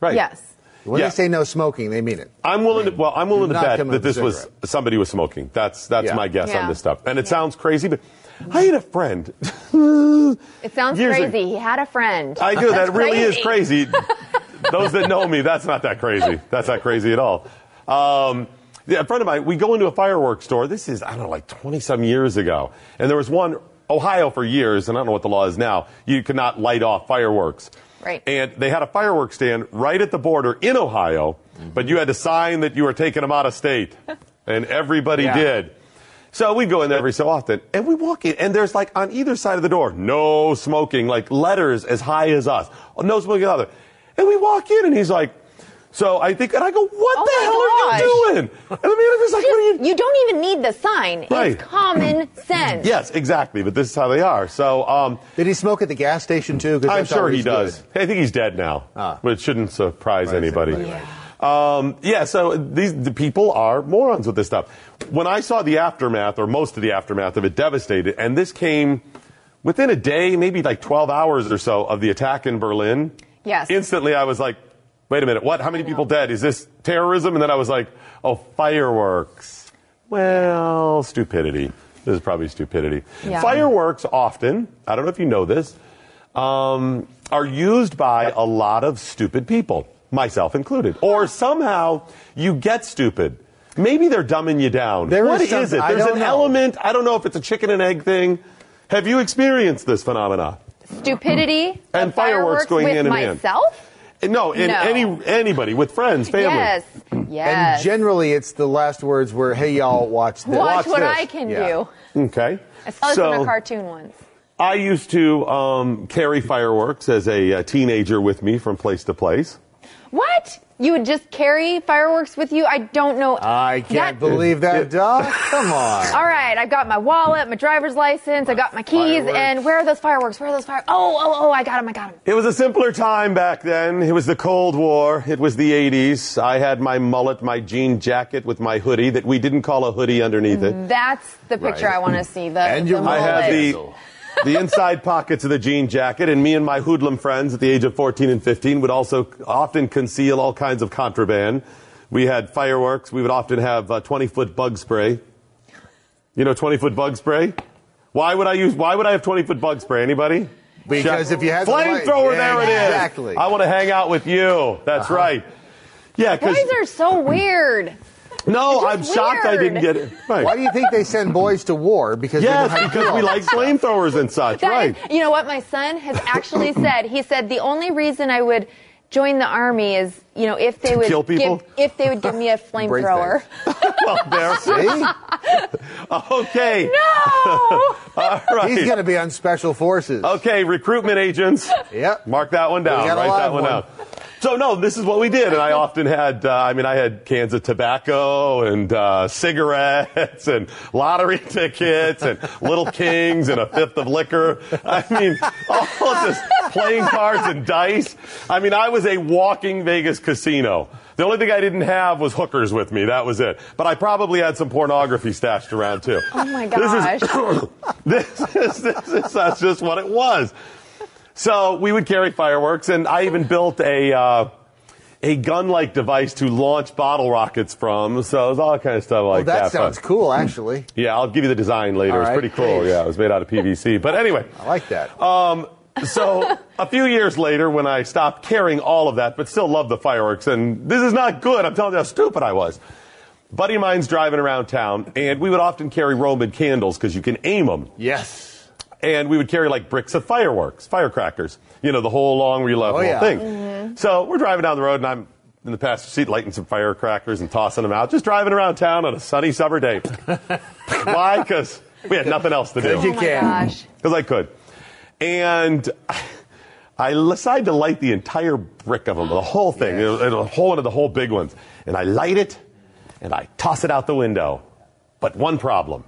Right.
yes
When
Yeah.
they say no smoking, they mean it.
I'm willing to. Well, I'm willing to
Not
bet
coming
that
with a
this was
cigarette.
somebody was smoking. That's that's
Yeah.
my guess on
Yeah.
this stuff. And it
Yeah.
sounds crazy, but I had a friend.
it sounds
Years
crazy
ago-
he had a friend
I do.
That's
that really is crazy. Those that know me, that's not that crazy. That's not crazy at all. Um, yeah, a friend of mine, we go into a fireworks store. This is, I don't know, like 20 some years ago. And there was one, Ohio for years, and I don't know what the law is now. You could not light off fireworks.
Right.
And they had a fireworks stand right at the border in Ohio, but you had to sign that you were taking them out of state. And everybody
Yeah.
did. So we go in there every so often, and we walk in, and there's like on either side of the door, no smoking, like letters as high as us, no smoking other. And we walk in, and he's like, so I think, and I go, what
Oh
the
my
hell are you doing? And the manager's like, what are you?
you don't even need the sign
Right.
it's common sense
Yes, exactly. But this is how they are. So um,
Did he smoke at the gas station too? 'Cause
I'm
that's
sure he
always
does.
good.
I think he's dead now,
Ah.
but it shouldn't surprise
Surprise
anybody.
anybody, right.
Um, yeah, so these the people are morons with this stuff. When I saw the aftermath, or most of the aftermath of it, devastated, and this came within a day, maybe like 12 hours or so of the attack in Berlin.
Yes.
Instantly, I was like, "Wait a minute, what? How many people dead? Is this terrorism?" And then I was like, "Oh, fireworks." Well, stupidity. This is probably stupidity.
Yeah.
Fireworks often, I don't know if you know this, um, are used by a lot of stupid people, myself included. Or somehow you get stupid. Maybe they're dumbing you down.
There
What
is some-
is it?
I
There's
don't
an
know.
element. I don't know if it's a chicken and egg thing. Have you experienced this phenomena?
stupidity
And
of
fireworks going
with
hand in hand.
myself
No, in
No.
any anybody with friends, family.
yes yes
And generally, it's the last words were, hey, y'all, watch this.
watch
watch, what
this.
i can
Yeah.
do
Okay.
i saw this in
So-
a cartoon once
I used to um, carry fireworks as a, uh teenager with me from place to place.
What? You would just carry fireworks with you? I don't know.
Ah.
I
That-
can't believe that, Doc. Come on.
All right, I've got my wallet, my driver's license, I got my keys,
Fireworks.
and where are those fireworks? Where are those fire? Oh, oh, oh! I got them! I got them!
It was a simpler time back then. It was the Cold War. It was the 80s. I had my mullet, my jean jacket with my hoodie that we didn't call a hoodie underneath it.
That's the picture
Right.
I want to see. The
And your
the
I
wallet.
had the,
Handle.
the inside pockets of the jean jacket, and me and my hoodlum friends at the age of 14 and 15 would also often conceal all kinds of contraband. We had fireworks. We would often have uh, 20 foot bug spray. You know, 20 foot bug spray? Why would I use, why would I have 20 foot bug spray? Anybody?
Because if you had the light-
flamethrower,
Yeah,
there it is.
exactly. Uh-huh.
I want to hang out with you. That's right. Yeah, because
Boys are so weird.
no,
just
I'm shocked I
weird.
didn't get it. Right.
Why do you think they send boys to war? Because they know how
yes,
to
because
kill.
we like flamethrowers and such.
That
right.
is- you know what my son has actually said? He said the only reason I would join the army is, you know, if they would
kill people?
give if they would give me a flamethrower.
well, there.
See?
Okay.
No.
All right.
He's going to be on special forces.
okay, recruitment agents.
Yep.
Mark that one down.
We got a
Write that
live
one
one.
out. So no, this is what we did, and I often had. Uh, I mean, I had cans of tobacco and uh, cigarettes and lottery tickets and little kings and a fifth of liquor. I mean, all just playing cards and dice. I mean, I was a walking Vegas casino. The only thing I didn't have was hookers with me. That was it. But I probably had some pornography stashed around too.
Oh my
This is-
gosh.
this is this is that's just what it was. So we would carry fireworks, and I even built a uh, a gun-like device to launch bottle rockets from. So it was all kind of stuff
Well,
like
that
that.
sounds
But-
cool, actually.
Yeah, I'll give you the design later.
All
It's
right,
pretty cool.
please.
Yeah, it was made out of PVC. But anyway,
I like that.
um, so a few years later, when I stopped carrying all of that, but still love the fireworks, and this is not good. I'm telling you how stupid I was. Buddy of mine's driving around town, and we would often carry Roman candles because you can aim them
yes.
and we would carry like bricks of fireworks, firecrackers, you know, the whole long reload
Oh,
whole
yeah.
thing. So we're driving down the road, and I'm in the passenger seat, lighting some firecrackers and tossing them out, just driving around town on a sunny summer day. Why? Because we had nothing else to do.
oh my gosh.
Because I could. And I decided to light the entire brick of them, the whole thing,
Yes.
and a whole one of the whole big ones. And I light it and I toss it out the window. But one problem.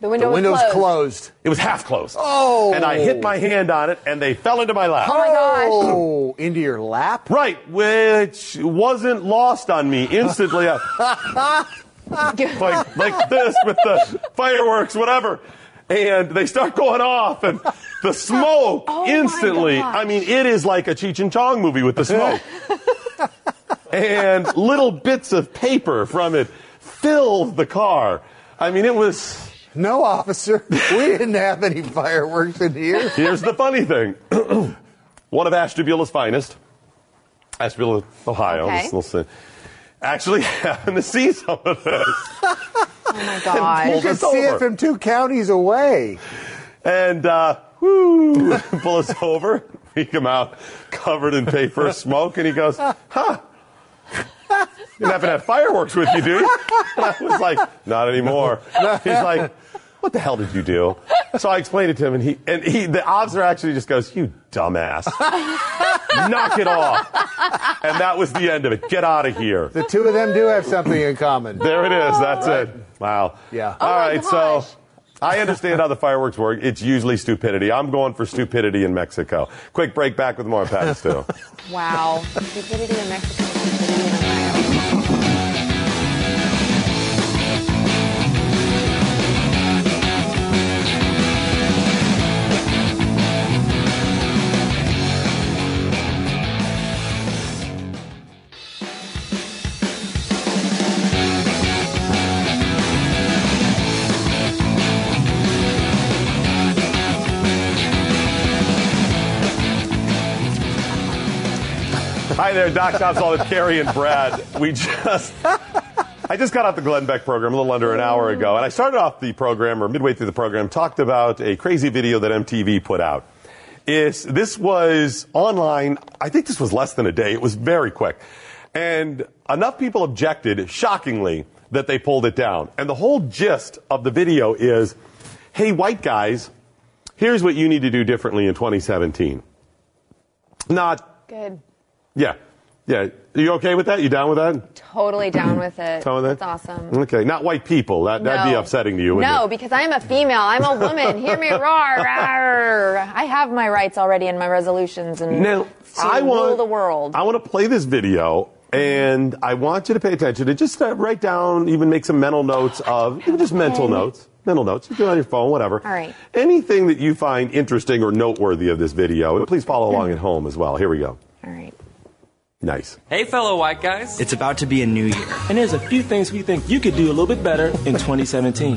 The window
The
was
window's
closed.
closed.
It was half closed.
Oh.
And I hit my hand on it and they fell into my lap.
my gosh.
Oh, into your lap?
Right, which wasn't lost on me instantly. I- like like this with the fireworks, whatever. And they start going off, and the smoke
Oh, my
instantly.
gosh.
I mean, it is like a Cheech and Chong movie with the smoke. and little bits of paper from it filled the car. I mean, it was.
No, officer. We didn't have any fireworks in here.
Here's the funny thing. One of Ashtabula's finest, Ashtabula, Ohio,
Okay.
this little city, actually happened to see some of this.
Oh my gosh.
You could
us
see
over.
it from two counties away.
And, uh, whoo, pull us over. We come out covered in paper smoke, and he goes, huh. You happen to have fireworks with you, dude. And I was like, not anymore. He's like, what the hell did you do? So I explained it to him, and he, and he, the officer actually just goes, you dumbass. Knock it off. And that was the end of it. Get out of here.
The two of them do have something in common.
There it is. That's it. Wow.
Yeah.
All
Oh my
right.
gosh.
So I understand how the fireworks work. It's usually stupidity. I'm going for stupidity in Mexico. Quick break back with more Pat and Stu.
Wow. Stupidity in Mexico. stupidity in Ohio.
Hi there, Doc Thompson with Carrie and Brad. We just. I just got off the Glenn Beck program a little under an hour ago, and I started off the program, or midway through the program, talked about a crazy video that MTV put out. It's, this was online, I think this was less than a day, it was very quick. And enough people objected, shockingly, that they pulled it down. And the whole gist of the video is hey, white guys, here's what you need to do differently in 2017. Not
Good.
yeah. Yeah. Are you okay with that? You down with that?
Totally down with it.
Down with that?
That's awesome.
Okay. Not white people. That, That'd be
No.
upsetting to you. wouldn't
No,
it?
because I am a female. I'm a woman. Hear me roar. roar. I have my rights already in my resolutions and
Now,
to
I
rule
want
the world.
I want to play this video, and I want you to pay attention to just uh, write down, even make some mental notes of, even just mental notes, mental notes. You do it on your phone, whatever.
All right.
Anything that you find interesting or noteworthy of this video, and please follow along at home as well. Here we go.
All right.
Nice.
Hey, fellow white guys.
It's about to be a new year.
And there's a few things we think you could do a little bit better in 2017.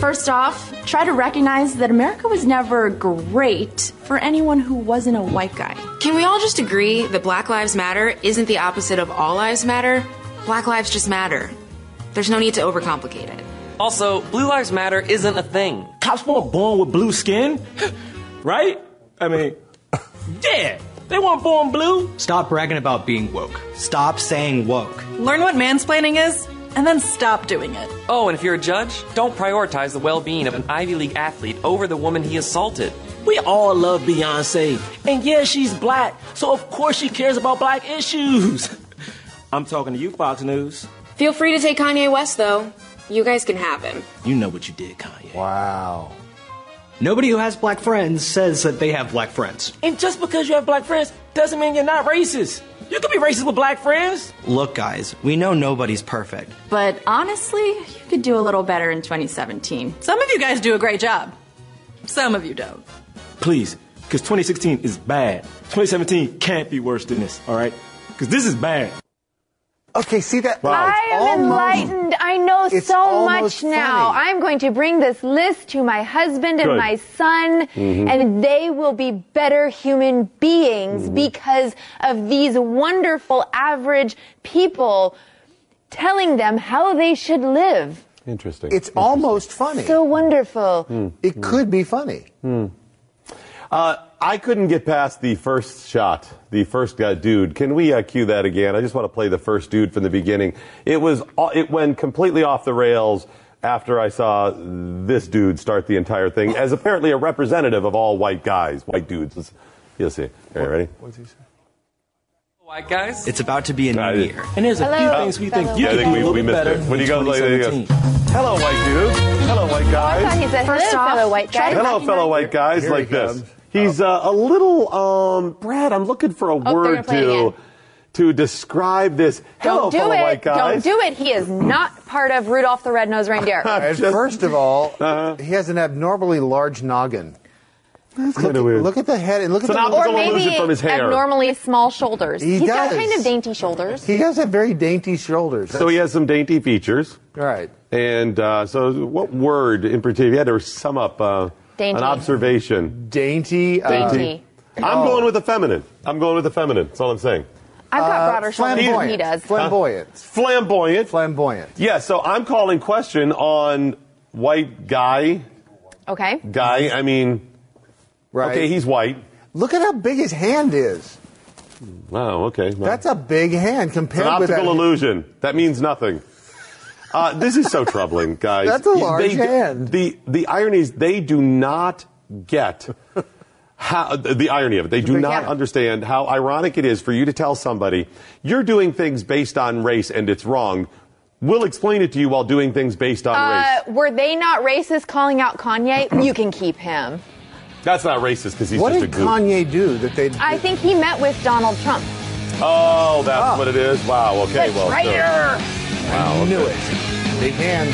First off, try to recognize that America was never great for anyone who wasn't a white guy.
Can we all just agree that Black Lives Matter isn't the opposite of All Lives Matter? Black lives just matter. There's no need to overcomplicate it.
Also, Blue Lives Matter isn't a thing.
Cops weren't born with blue skin, right? I mean, yeah, they weren't born blue. Stop bragging about being woke. Stop saying woke.
Learn what mansplaining is, and then stop doing it.
Oh, and if you're a judge, don't prioritize the well being of an Ivy League athlete over the woman he assaulted.
We all love Beyonce, and yeah, she's black, so of course she cares about black issues. I'm talking to you, Fox News.
Feel free to take Kanye West, though. You guys can have him.
You know what you did, Kanye.
Wow.
Nobody who has black friends says that they have black friends.
And just because you have black friends doesn't mean you're not racist. You could be racist with black friends.
Look, guys, we know nobody's perfect.
But honestly, you could do a little better in 2017. Some of you guys do a great job. Some of you don't.
Please, because 2016 is bad. 2017 can't be worse than this, all right? Because this is bad.
Okay, see that?
Wow.
it's
I am
almost-
enlightened. I know
it's
so much
almost
now.
funny.
I'm going to bring this list to my husband
Good.
and
Mm-hmm.
my son, and they will be better human beings
Mm-hmm.
because of these wonderful average people telling them how they should live.
Interesting.
It's almost funny.
Hmm.
So wonderful.
It could be funny.
Uh, I couldn't get past the first shot, the first uh, dude. Can we uh, cue that again? I just want to play the first dude from the beginning. It was all- it went completely off the rails after I saw this dude start the entire thing as apparently a representative of all white guys, white dudes. Let's- You'll see. Are you ready?
White guys?
It's about to be a new year.
And there's a
Hello,
few things we think you
yeah, I
can do
think
a
we,
little
we
bit
missed
better.
it. When you go
than
like, there
uh,
you go.
2017.
Hello, white dudes. Hello, white guys.
I thought he said,
First
"Hello,
off,
fellow white
try
guys.
to
Hello, fellow white guys,
Here Oh. he
like this.
comes.
He's uh, a little, um, Brad. I'm looking for a
Oh, they're gonna
word
play it
to
again.
to describe this. Hello,
Don't do
fellow
it.
white
Don't
guys.
do it. He is not part of Rudolph the Red-Nosed Reindeer.
And first of all,
Uh-huh.
he has an abnormally large noggin. Look,
kinda weird.
look at the head and look
So
at
now
the
I'm
or
gonna lose
maybe
it from his hair.
abnormally small shoulders.
He
has got
does.
kind of dainty shoulders.
He does have very dainty shoulders.
So he has some dainty features,
All right.
and uh, so what word in particular? If You had to sum up uh, an
Dainty.
observation.
Dainty. uh,
Dainty. Oh.
I'm going with the feminine. I'm going with the feminine. That's all I'm saying.
I've got broader shoulders than
Uh, flamboyant.
he does.
Flamboyant.
Flamboyant.
Flamboyant.
Yeah. So I'm calling question on white guy.
Okay.
Guy. I mean,
Right.
okay, he's white.
Look at how big his hand is.
Wow. Okay. Wow.
That's a big hand
It's
compared
an
with
optical
that.
illusion. That means nothing. Uh, this is so troubling, guys.
That's a large
They-
hand.
The the irony is they do not get how the the irony of it. They do
big
not
hand.
understand how ironic it is for you to tell somebody you're doing things based on race and it's wrong. We'll explain it to you while doing things based on
Uh,
race.
were they not racist calling out Kanye? You can keep him.
That's not racist because he's
What
just a
did
goof.
Kanye do that they?
I think he met with Donald Trump.
oh,
Ah.
that's what it is. Wow. Okay.
The
well. so-
traitor.
Wow. okay.
knew it. Big hand.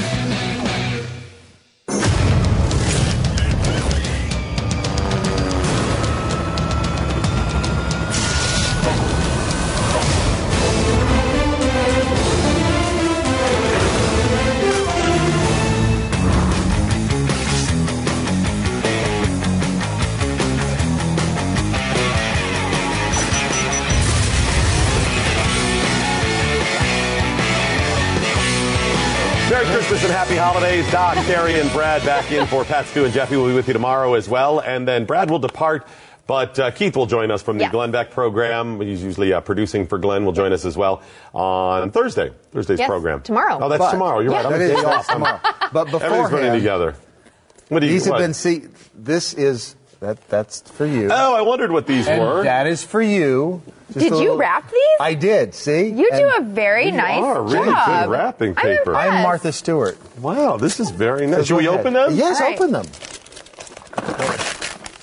Merry Christmas and happy holidays. Doc, Carrie, and Brad back in for Pat, Stu, and Jeffy will be with you tomorrow as well. And then Brad will depart, but uh, Keith will join us from the
Yeah.
Glenn Beck program. He's usually uh, producing for Glenn. Will join us as well on Thursday. Thursday's
Yes,
program
tomorrow.
Oh, that's
But-
tomorrow. You're right.
That
I'm a
is
day off.
tomorrow. But
Everything's running
beforehand,
together. What do you?
these have
what?
been. See, this is that. That's for you.
oh, I wondered what these
And
were.
That is for you. Just
Did
a
you
little-
wrap these?
I did. See,
You do a
And
very
you
nice
are really good
job.
wrapping
I'm
paper.
impressed.
I'm Martha Stewart.
wow, this is very
So
nice. Should
go
we
ahead.
open them?
Yes,
All right.
open them.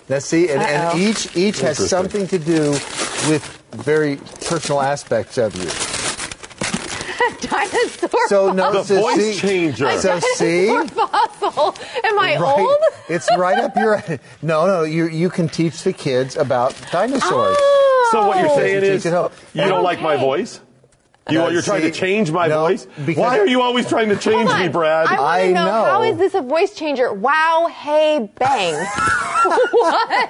Let's see, and, and
Uh-oh.
each each has
Interesting.
something to do with very personal aspects of you.
Dinosaur.
So no,
The
so
voice
see,
changer. A
So see,
Dinosaur fossil. Am I
Right.
old?
It's right up your. No, no, you you can teach the kids about dinosaurs.
Oh.
So what you're saying
Teach
is
it
you
up.
don't like my
Okay.
voice. You
No,
you're trying to
see,
change my
no,
voice.
because-
Why are you always trying to change
Hold
me,
on.
Brad?
I want
I
to know,
know.
how is this a voice changer? Wow, hey, bang. what?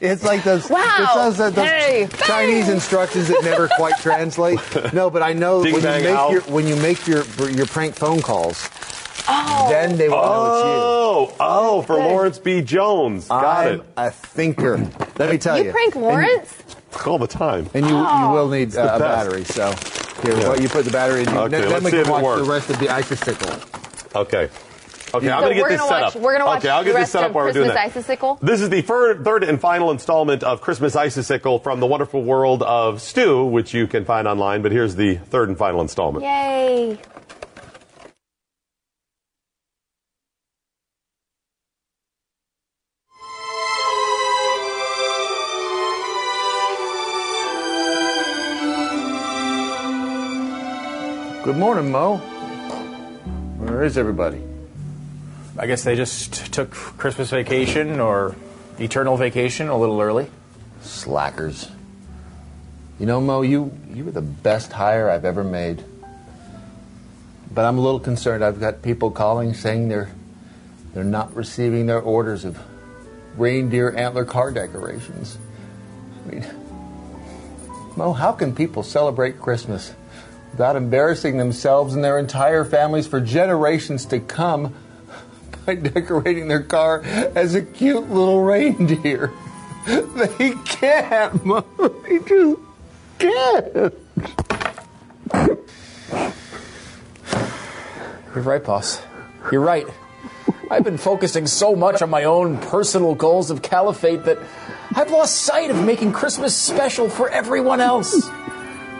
It's like those,
Wow.
it's those, uh, those
Hey.
Chinese instructions that never quite translate. No, but I know
Ding,
when you,
bang,
make
ow.
your, when you make your your prank phone calls,
Oh.
then they will know it's you.
Oh, oh, for Lawrence B. Jones. Got
I'm
it.
a thinker. Let me tell you.
you prank Lawrence?
All the time.
And you, you will need uh,
the
a
best.
battery, so here,
Yeah.
well, you put the battery in. You,
Okay,
then then
let's
we
see if
can
it
watch
works.
the rest of the icicle.
Okay. Okay,
So
I'm gonna get
we're
this
gonna
set
watch-
up.
we're gonna watch
okay, I'll
the
get this
rest
set up
of
while we're doing that.
Christmas Icicle?
This is the fir- third and final installment of Christmas Icicle from the wonderful world of Stew, which you can find online. But here's the third and final installment.
Yay.
Good morning, Mo. Where is everybody?
I guess they just took Christmas vacation or eternal vacation a little early.
Slackers. You know, Mo, you, you were the best hire I've ever made. But I'm a little concerned. I've got people calling saying they're, they're not receiving their orders of reindeer antler car decorations. I mean, Mo, how can people celebrate Christmas without embarrassing themselves and their entire families for generations to come by decorating their car as a cute little reindeer? they can't, Mom. They just can't.
You're right, boss. You're right. I've been focusing so much on my own personal goals of caliphate that I've lost sight of making Christmas special for everyone else,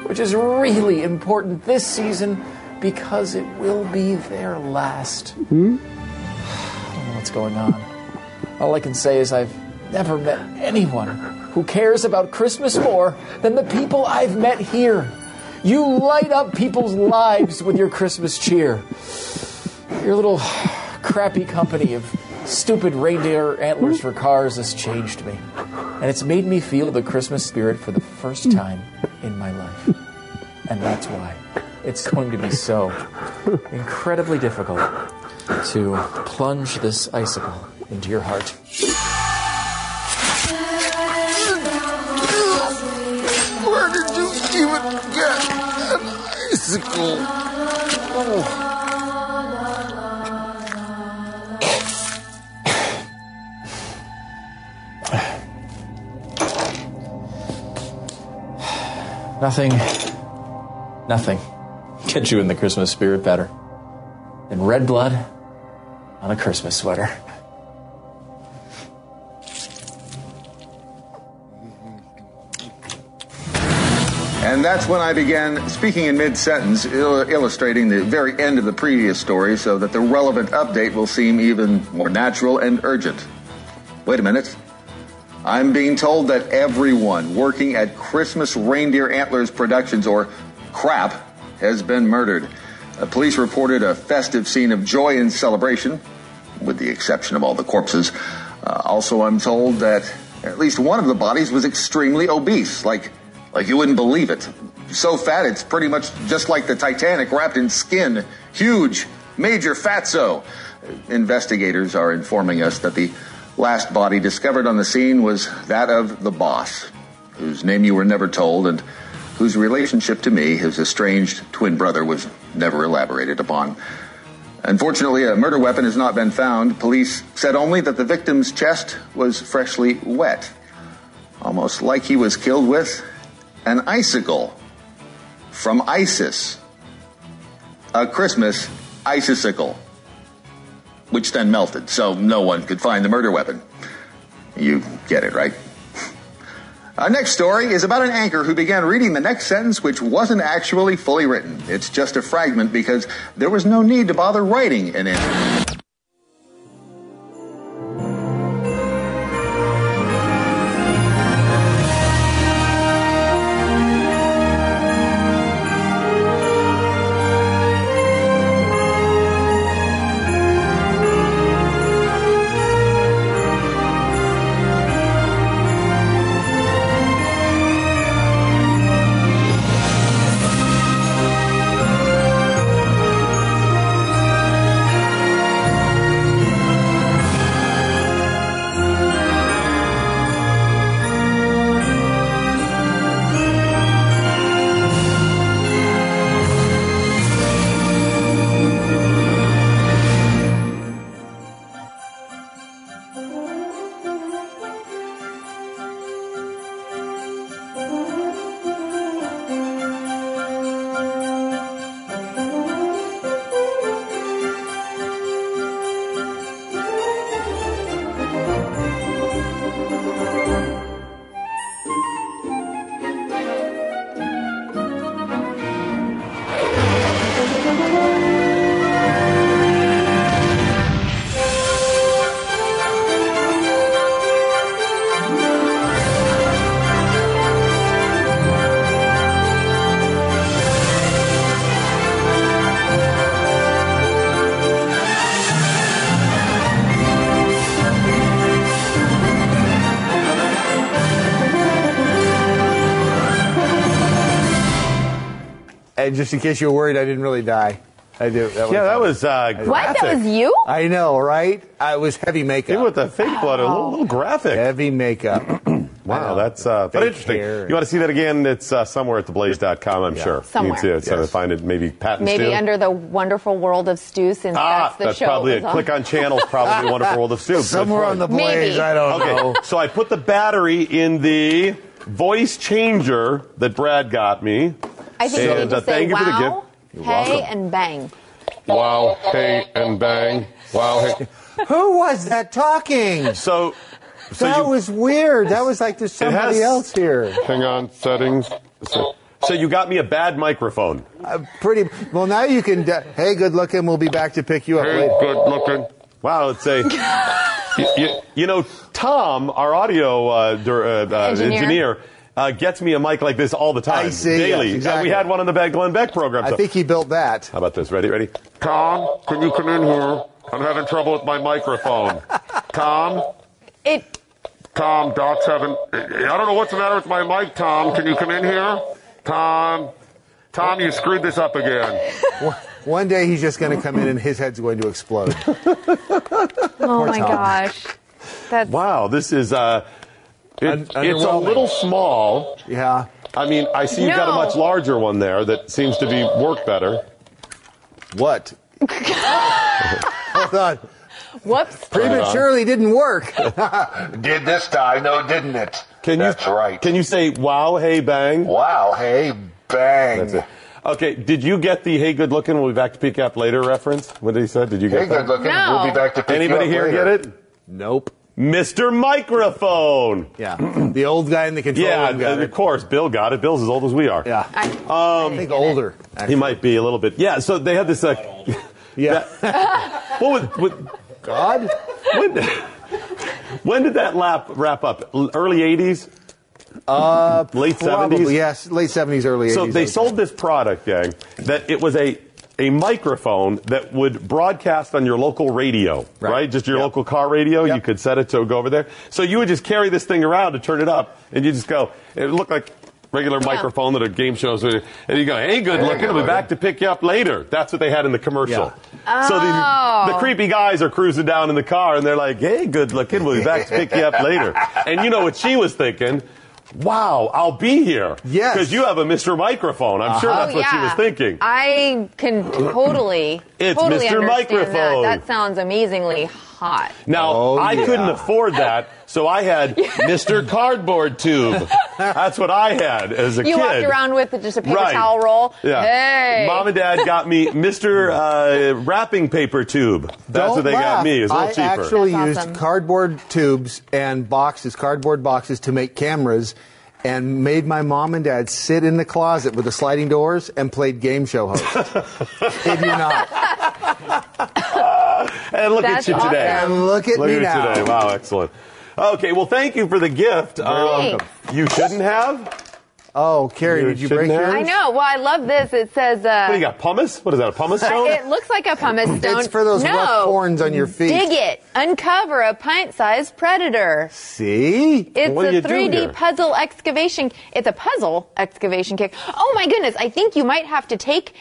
which is really important this season because it will be their last. I don't know what's going on. All I can say is I've never met anyone who cares about Christmas more than the people I've met here. You light up people's lives with your Christmas cheer. Your little crappy company of stupid reindeer antlers for cars has changed me. And it's made me feel the Christmas spirit for the first time in my life. And that's why it's going to be so incredibly difficult to plunge this icicle into your heart.
Where did you even get an icicle?
Nothing. Nothing. Get you in the Christmas spirit better than red blood on a Christmas sweater.
And that's when I began speaking in mid sentence, Ill- illustrating the very end of the previous story so that the relevant update will seem even more natural and urgent. Wait a minute. I'm being told that everyone working at Christmas Reindeer Antlers Productions, or CRAP, has been murdered. Uh, police reported a festive scene of joy and celebration, with the exception of all the corpses. Uh, also, I'm told that at least one of the bodies was extremely obese, like, like you wouldn't believe it. So fat, it's pretty much just like the Titanic wrapped in skin. Huge, major fatso. Investigators are informing us that the last body discovered on the scene was that of the boss, whose name you were never told and whose relationship to me, his estranged twin brother, was never elaborated upon. Unfortunately, a murder weapon has not been found. Police said only that the victim's chest was freshly wet, almost like he was killed with an icicle from ISIS. A Christmas icicle which then melted, so no one could find the murder weapon. You get it, right? Our next story is about an anchor who began reading the next sentence, which wasn't actually fully written. It's just a fragment because there was no need to bother writing an end. And just in case you were worried, I didn't really die. I do. That
Yeah, that was. Uh,
What? That
graphic.
was you?
I know, right? I was heavy makeup.
Even with the fake blood, a little, little graphic.
Heavy makeup.
Wow, that's uh, but
They
interesting.
care.
You want to see that again? It's uh, somewhere at theblaze.com, I'm sure. You
Somewhere.
can see it. So to find it, maybe patents
Maybe
too.
under the wonderful world of stew, since
Ah,
that's the
that's
show.
probably
it
it.
was on.
Click on channels, probably Wonderful World of Soup. Good
Somewhere
point.
on the Blaze, Maybe. I don't
okay,
know.
So I put the battery in the voice changer that Brad got me.
I think you
And,
need to
uh,
say
thank you for the
wow,
gift.
hey, and bang.
Wow, hey, and bang. Wow, hey.
Who was that talking?
So,
that was weird. That was like there's
It has-
somebody else here.
Hang on, settings. So, so you got me a bad microphone.
Uh, pretty well. Now you can. d hey, good looking. We'll be back to pick you up.
Hey,
later.
good looking. Wow, it's a. you, you- you know, Tom, our audio uh, dir- uh, uh,
Engineer.
engineer. uh, gets me a mic like this all the time,
I see,
daily.
yes, exactly.
And we had one on the Be- Glenn Beck program.
I
so-
think he built that.
How about this? Ready? Ready? Tom, can you come in here? I'm having trouble with my microphone. Tom,
It
Tom, Doc's having. I don't know what's the matter with my mic, Tom. Can you come in here? Tom, Tom, you screwed this up again.
One- One day he's just going to come in and his head's going to explode.
Oh my
Tom.
gosh. That's
Wow, this is uh, it- it's a
underwhelming.
little small.
Yeah.
I mean, I see you've got a
No.
much larger one there that seems to be work better.
What? Hold on.
Whoops.
Prematurely didn't work.
Did this time, though, didn't it?
Can you? That's right. Can you say "Wow, hey, bang"?
Wow, hey, bang.
That's it. Okay, did you get the "Hey, good looking"? We'll be back to pick you up later reference. What did he say? Did you get
Hey,
that?
good looking.
No.
We'll be back to pick
Anybody
you up
here
later.
get it?
Nope.
Mr. Microphone.
Yeah. the old guy in the control
Yeah,
room got
of
it.
course. Bill got it. Bill's as old as we are.
Yeah.
I,
I think older.
He might be a little bit. Yeah. So they had this. Uh,
Yeah.
that- what was? What,
God.
when, when did that lap wrap up? L- Early '80s.
Uh,
Late
probably,
70s?
Yes, late 70s, early 80s.
So they
okay.
sold this product, gang, that it was a a microphone that would broadcast on your local radio, right? Just your local car radio. You could set it to go over there. So you would just carry this thing around to turn it up, and you just go. It looked like regular microphone that a game shows would, and you go, "Hey, good looking. I'll be back to pick you up later." That's what they had in the commercial. So
Oh.
the, the creepy guys are cruising down in the car, and they're like, "Hey, good looking. We'll be back to pick you up later." And you know what she was thinking? Wow, I'll be here.
Yes.
Because you have a Mr. Microphone. I'm sure that's
oh,
what
yeah.
she was thinking.
I can totally.
It's
totally
Mr.
understand
Microphone.
That. that sounds amazingly hot.
Now,
Oh,
I couldn't afford that, so I had Mr. Cardboard Tube. That's what I had as a
you
kid.
walked around with just a paper
Right.
towel roll.
Yeah.
Hey.
Mom and Dad got me Mr. Uh, wrapping paper tube. That's
Don't
what they
laugh.
got me. It's a little
I
cheaper.
actually
That's
used
awesome.
cardboard tubes and boxes, cardboard boxes to make cameras and made my mom and dad sit in the closet with the sliding doors and played game show host. Did you not?
And look at
That's
you today.
awesome.
And look at me
you
now.
today. Wow, excellent. Okay, well, thank you for the gift. You're
welcome.
You shouldn't have.
Oh, Carrie,
You
did you break
shouldn't have.
I
yours?
know. Well, I love this. It says. Uh,
What do you got? Pumice? What is that? A pumice stone?
It looks like a pumice stone.
It's for those
no.
rough horns on your feet.
Dig it. Uncover a pint-sized predator.
See?
It's
What are
a
you doing
3D
here?
puzzle excavation. It's a puzzle excavation kick. Oh my goodness! I think you might have to take,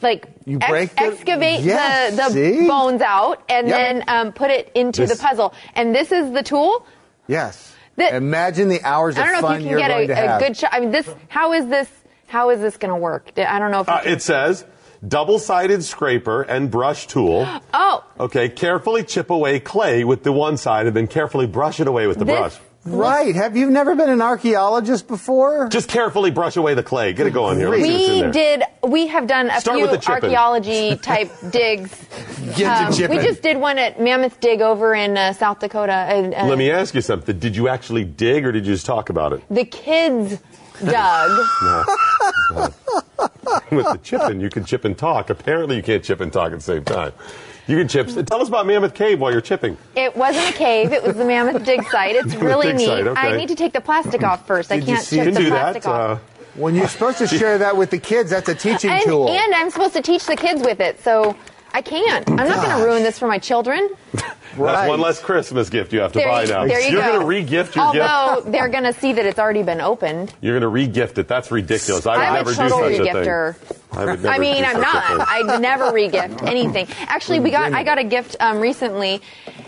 like,
You break the-
excavate
Yes,
the, the
see?
bones out and
Yep.
then um, put it into
This-
the puzzle. And this is the tool.
Yes.
That-
Imagine the hours of
I don't know
fun
if you
are
can get
going to
a, a
have.
good shot. I mean, this. How is this? How is this going to work? I don't know if.
Uh, it says double sided scraper and brush tool.
oh,
Okay, carefully chip away clay with the one side and then carefully brush it away with the
This-
brush.
Right. Have you never been an archaeologist before?
Just carefully brush away the clay. Get it going here. Let's see what's in
we
there.
did. We have done a
Start
few
with the chipping.
archaeology type digs.
Get
Um, we just did one at Mammoth Dig over in uh, South Dakota. And, uh,
Let me ask you something. Did you actually dig or did you just talk about it?
The kids dug.
with the chipping, you can chip and talk. Apparently, you can't chip and talk at the same time. You can chip. Tell us about Mammoth Cave while you're chipping.
It wasn't a cave. It was the Mammoth Dig site. It's
Mammoth
really
Dig
neat.
site, okay.
I need to take the plastic off first. I
Did you
can't
see-
You
chip
can do
the plastic
that.
off.
Uh,
When you're supposed to share that with the kids, that's a teaching
and,
tool.
and I'm supposed to teach the kids with it, so I can't. I'm not going
Gosh.
to ruin this for my children.
That's
Right.
one less Christmas gift you have to
There
buy
you-
now.
there you
are
go.
going to re-gift your gift.
Although they're going to see that it's already been opened.
You're going to re-gift it. That's ridiculous. I would
I'm a
never do
total
such
re-gifter.
a thing. I would never
I mean,
do such
I'm
a
not.
thing.
I'd never regift anything. Actually, we got I got a gift um, recently,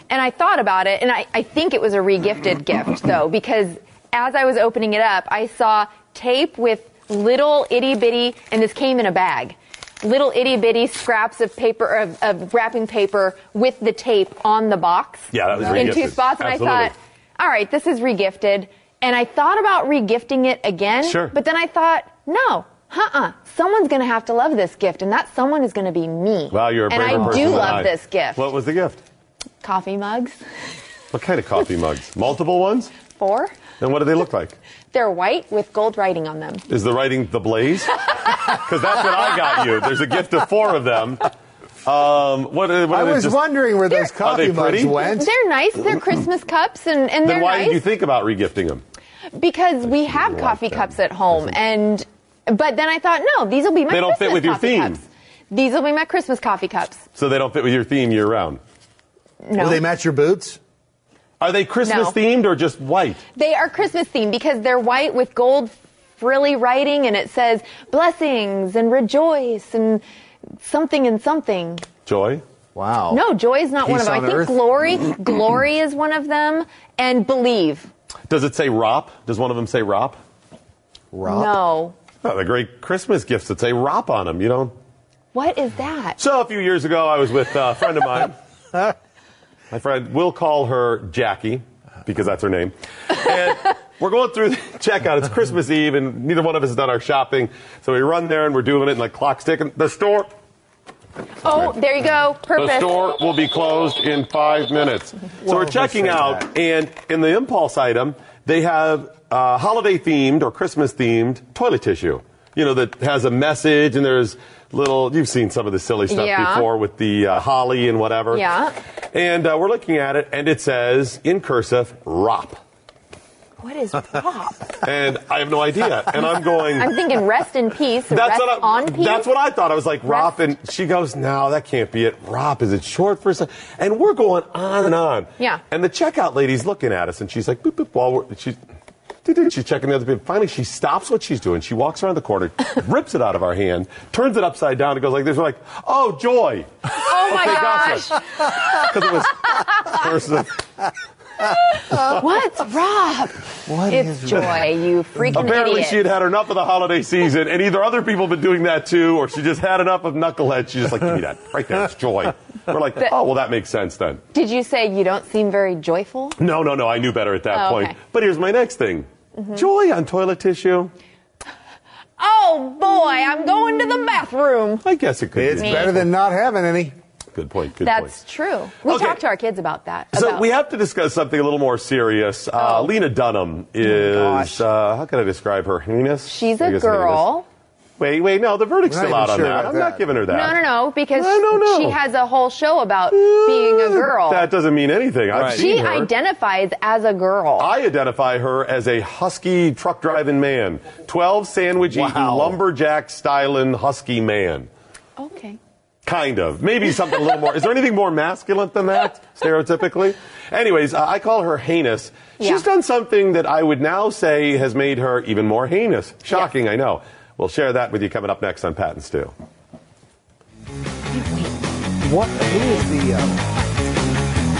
and I thought about it, and I, I think it was a regifted gift though because as I was opening it up, I saw tape with little itty bitty, and this came in a bag. Little itty bitty scraps of paper, of, of wrapping paper with the tape on the box.
Yeah, that was
In two
regifted.
spots, and I
Absolutely.
thought, all right, this is regifted. And I thought about regifting it again.
Sure.
But then I thought, no, uh-uh. Someone's going to have to love this gift, and that someone is going to be me.
Wow, you're a
And
braver
I
person
do
than
love
I.
this gift.
What was the gift?
Coffee mugs,
What kind of coffee mugs? Multiple ones?
four.
And what do they look like?
They're white with gold writing on them.
Is the writing the blaze? Because that's what I got you. There's a gift of four of them. Um, what, what are
I
they
was
just-
wondering where those
Are they
coffee mugs
pretty?
went.
They're nice. They're Christmas cups, and, and
Mm-hmm. Then
they're
why
nice
did you think about regifting them?
because we have
like
coffee
them.
cups at home. And but then I thought, no, these will be my
They don't
Christmas
fit with your
coffee
theme,
cups. These will be my Christmas coffee cups.
so they don't fit with your theme year round.
No. Will they
match your boots? Are they Christmas
No.
themed or just white?
They are Christmas themed because they're white with gold frilly writing, and it says blessings and rejoice and something and something.
Joy. Wow.
No, joy is not one of
Oh. Peace on
them. I think
earth.
glory, glory is one of them, and believe.
Does it say ROP? Does one of them say ROP? ROP.
No,
Oh, the great Christmas gifts that say ROP on them, you know?
what is that?
So a few years ago, I was with uh, a friend of mine. My friend, we'll call her Jackie because that's her name. And we're going through the checkout. It's Christmas Eve, and neither one of us has done our shopping. So we run there and we're doing it, and like clock's ticking. The store,
Oh, there you go. Purpose.
the store will be closed in five minutes. so we're checking out, and in the impulse item, they have uh, holiday themed or Christmas themed toilet tissue. You know that has a message, and there's little. You've seen some of the silly stuff
Yeah.
before with the uh, holly and whatever.
Yeah.
And uh, we're looking at it, and it says in cursive "rop,"
What is pop?
and I have no idea. And I'm going.
I'm thinking rest in peace.
That's
rest
what I,
on peace.
That's what I thought. I was like, Rop, and she goes, no, that can't be it. Rop, is it short for something? And we're going on and on.
Yeah.
And the checkout lady's looking at us, and she's like, boop, boop, while we're, she's, doo-doo, she's checking the other people. Finally, she stops what she's doing. She walks around the corner, rips it out of our hand, turns it upside down, and goes like this. We're like, oh, joy.
Oh my
Okay,
gosh.
gotcha. Because it was person.
What's Rob? What it's
is
joy,
Rob?
you freaking
Apparently,
idiot.
she had had enough of the holiday season, and either other people have been doing that too, or she just had enough of knucklehead. She's just like, give me that right there. It's joy. We're like,
The-
oh, well, that makes sense then.
Did you say you don't seem very joyful?
No, no, no. I knew better at that
Oh,
point.
okay. Mm-hmm.
But here's my next thing. Joy on toilet tissue.
Oh boy, I'm going to the bathroom.
I guess it could.
It's
be.
better than not having any.
Good point. Good point.
That's true. We
Okay.
talk to our kids about that.
So
about- Oh.
we have to discuss something a little more serious. Uh, Lena Dunham is uh, how can I describe her? Heinous.
She's
I
a
guess heinous.
girl.
Wait, wait, no, the verdict's
We're not
still out
even
on
sure
that.
about
I'm
that.
not giving her that.
No, no, no, because
I don't know.
she has a whole show about being a girl.
That doesn't mean anything. I've
she
seen her.
identifies as a girl.
I identify her as a husky truck driving man, twelve sandwich eating lumberjack styling husky man.
Okay.
Kind of. Maybe something a little more. Is there anything more masculine than that, stereotypically? Anyways, uh, I call her heinous. She's done something that I would now say has made her even more heinous. Shocking, I know. We'll share that with you coming up next on Pat and Stu.
What? Who is the? Uh,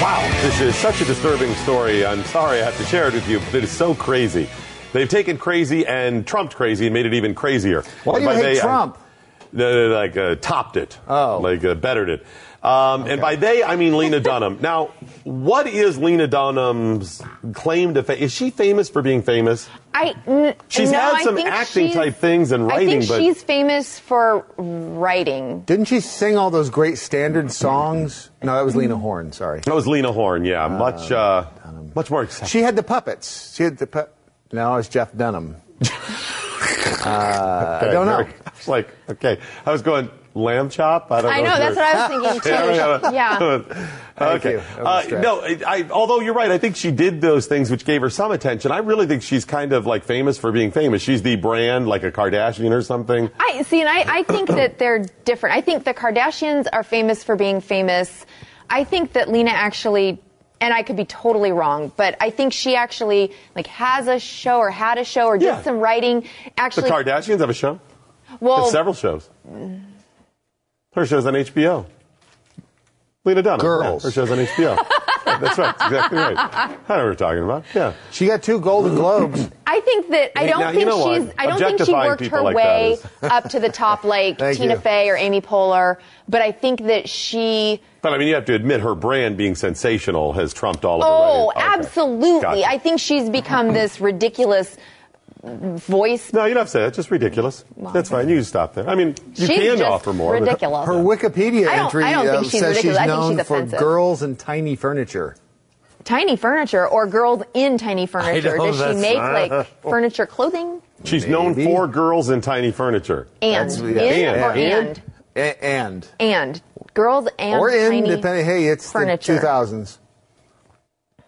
Wow, this is such a disturbing story. I'm sorry I have to share it with you, but it is so crazy. They've taken crazy and trumped crazy and made it even crazier.
Why do
And
you
by
hate
they, I-
Trump?
they, they, like uh, topped it. Oh. Like uh, bettered it. Um, And by they, I mean Lena Dunham. Now, what is Lena Dunham's claim to fame? Is she famous for being famous?
I n-
She's
no,
had
I
some
think
acting
she's-
type things and
I
writing,
think
but
she's famous for writing.
Didn't she sing all those great standard songs? No, that was Lena Horne. Sorry.
that was Lena Horne. Yeah, much, uh, much more. Acceptable.
She had the puppets. She had the pu- No, it's Jeff Dunham. Uh, I don't know.
It's like, okay, I was going lamb chop. I don't
I
know.
know,
if
that's
you're-
what I was thinking,
Yeah,
too.
yeah,
Yeah.
Thank
okay.
you. That was a
Uh,
stretch.
no, I, I- although you're right, I think she did those things which gave her some attention. I really think she's kind of like famous for being famous. She's the brand, like a Kardashian or something.
I see, and I, I think that they're different. I think the Kardashians are famous for being famous. I think that Lena actually, and I could be totally wrong, but I think she actually like has a show or had a show or did
Yeah.
some writing.
The
Actually,
Kardashians have a show.
well,
Have several shows. Her show's on HBO. Lena Dunham.
Girls.
Yeah, her show's on HBO. Yeah, that's right. That's exactly right. I know what we're talking about. Yeah.
She got two Golden Globes.
I think that I
Hey,
don't
now, you
think
know what?
she's. I don't think she
Objectifying
worked
people
her
like that
way
is-
up to the top like
Thank
Tina
you.
Fey or Amy Poehler, but I think that she.
But I mean, you have to admit her brand being sensational has trumped all of the
Oh,
writing. Okay.
absolutely!
Gotcha.
I think she's become this ridiculous voice.
No, you don't have to say that. Just ridiculous. That's fine. You can stop there. I mean, you
She's
can
just
offer more. but-
ridiculous.
Her Wikipedia
I don't-
entry
I don't
uh,
think she's
says she's
ridiculous. I think
known
she's
for
offensive.
girls and tiny furniture.
tiny furniture or girls in tiny furniture?
know,
Does she
that's-
make like furniture clothing?
She's known for girls in tiny furniture.
And. That's- yeah. In or and?
A- and.
And girls and
or in,
tiny
depending. Hey, it's
furniture.
the 2000s.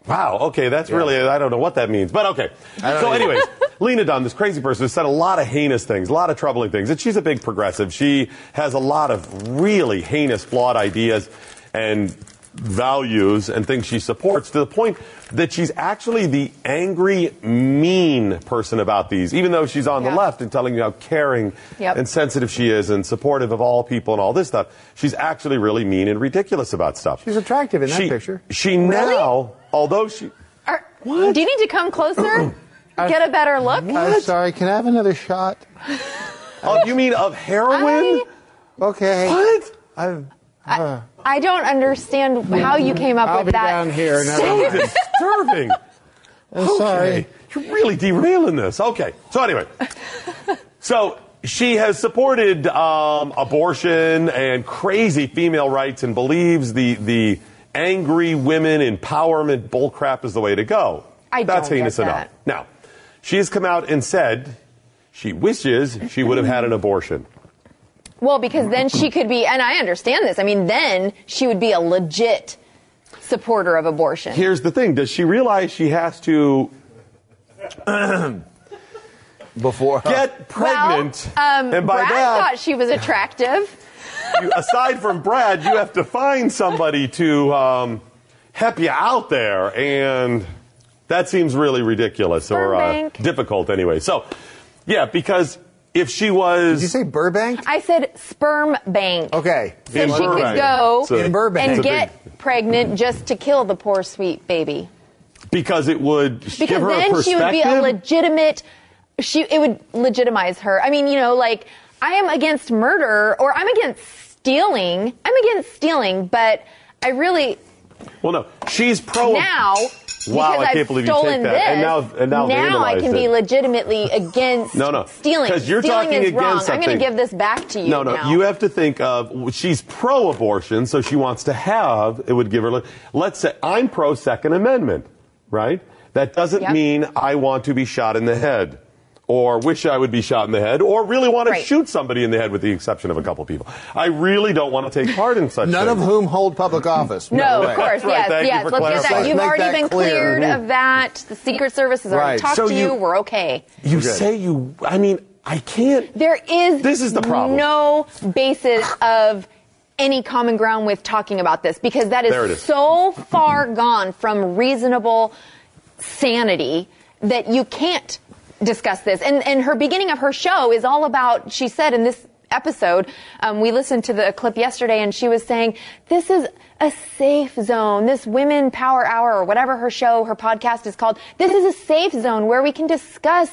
Wow. Okay, that's really I don't know what that means, but okay.
don't
So,
either.
anyways, Lena Dunham, this crazy person, has said a lot of heinous things, a lot of troubling things, and she's a big progressive. She has a lot of really heinous, flawed ideas and values and things she supports to the point that she's actually the angry, mean person about these, even though she's on the
Yeah.
left and telling you how caring
Yep.
and sensitive she is and supportive of all people and all this stuff. She's actually really mean and ridiculous about stuff.
She's attractive in that
she,
picture.
She now, although she.
Are- Do you need to come closer? Get a better look?
I'm sorry. Can I have another shot?
Oh, you mean of heroin?
Okay.
What?
I've. uh,
I don't understand how you came up
I'll
with
be
that.
down here. Never
So
mind.
disturbing.
I'm sorry.
You're really derailing this. Okay. So anyway, so she has supported um, abortion and crazy female rights and believes the the angry women empowerment bullcrap is the way to go.
I don't
That's
get
heinous enough.
that.
Now, she has come out and said she wishes she would have had an abortion.
Well, because then she could be, and I understand this. I mean, then she would be a legit supporter of abortion.
Here's the thing: Does she realize she has to
before
get pregnant?
Well, um,
and by
Brad
that,
thought she was attractive.
you, aside from Brad, you have to find somebody to um, help you out there, and that seems really ridiculous or uh,
Burbank.
difficult anyway. So, yeah, because if she was,
Did you say Burbank?
I said sperm bank.
Okay.
So she could
Burbank.
go
It's a- In Burbank.
and
It's a
get pregnant just to kill the poor sweet baby.
because it would give
Because
her a
then she
perspective.
would be a legitimate she it would legitimize her. I mean, you know, like I am against murder or I'm against stealing. I'm against stealing, but I really
well, no, she's pro.
now
Wow,
because
I can't
have
believe you take
stolen
that.
this,
And now- and now
I
vandalized
can be
it.
legitimately against
No, no.
stealing.
'Cause you're
stealing
talking
is
against
wrong. I'm
something.
going to give this back to you.
No, no.
now.
You have to think of she's pro-abortion, so she wants to have. It would give her. Let's say I'm pro-second amendment, right? That doesn't
Yep.
mean I want to be shot in the head, or wish I would be shot in the head, or really want to
Right.
shoot somebody in the head, with the exception of a couple people. I really don't want to take part in such.
None of
things.
whom hold public office.
No, of
Right.
course,
That's right.
yes,
Thank you
yes.
for
Let's get that.
clarifying.
You've
Make
already
that
been
clear.
cleared
Mhm.
of that. The Secret Service has already
Right.
talked
So
to you.
you-
We're okay.
You say you. I mean, I can't.
There is
This is the problem.
no basis of any common ground with talking about this because that is,
There it is.
so far gone from reasonable sanity that you can't discuss this. And and her beginning of her show is all about she said in this episode, um, we listened to the clip yesterday, and she was saying this is a safe zone. This Women Power Hour, or whatever her show, her podcast is called, this is a safe zone where we can discuss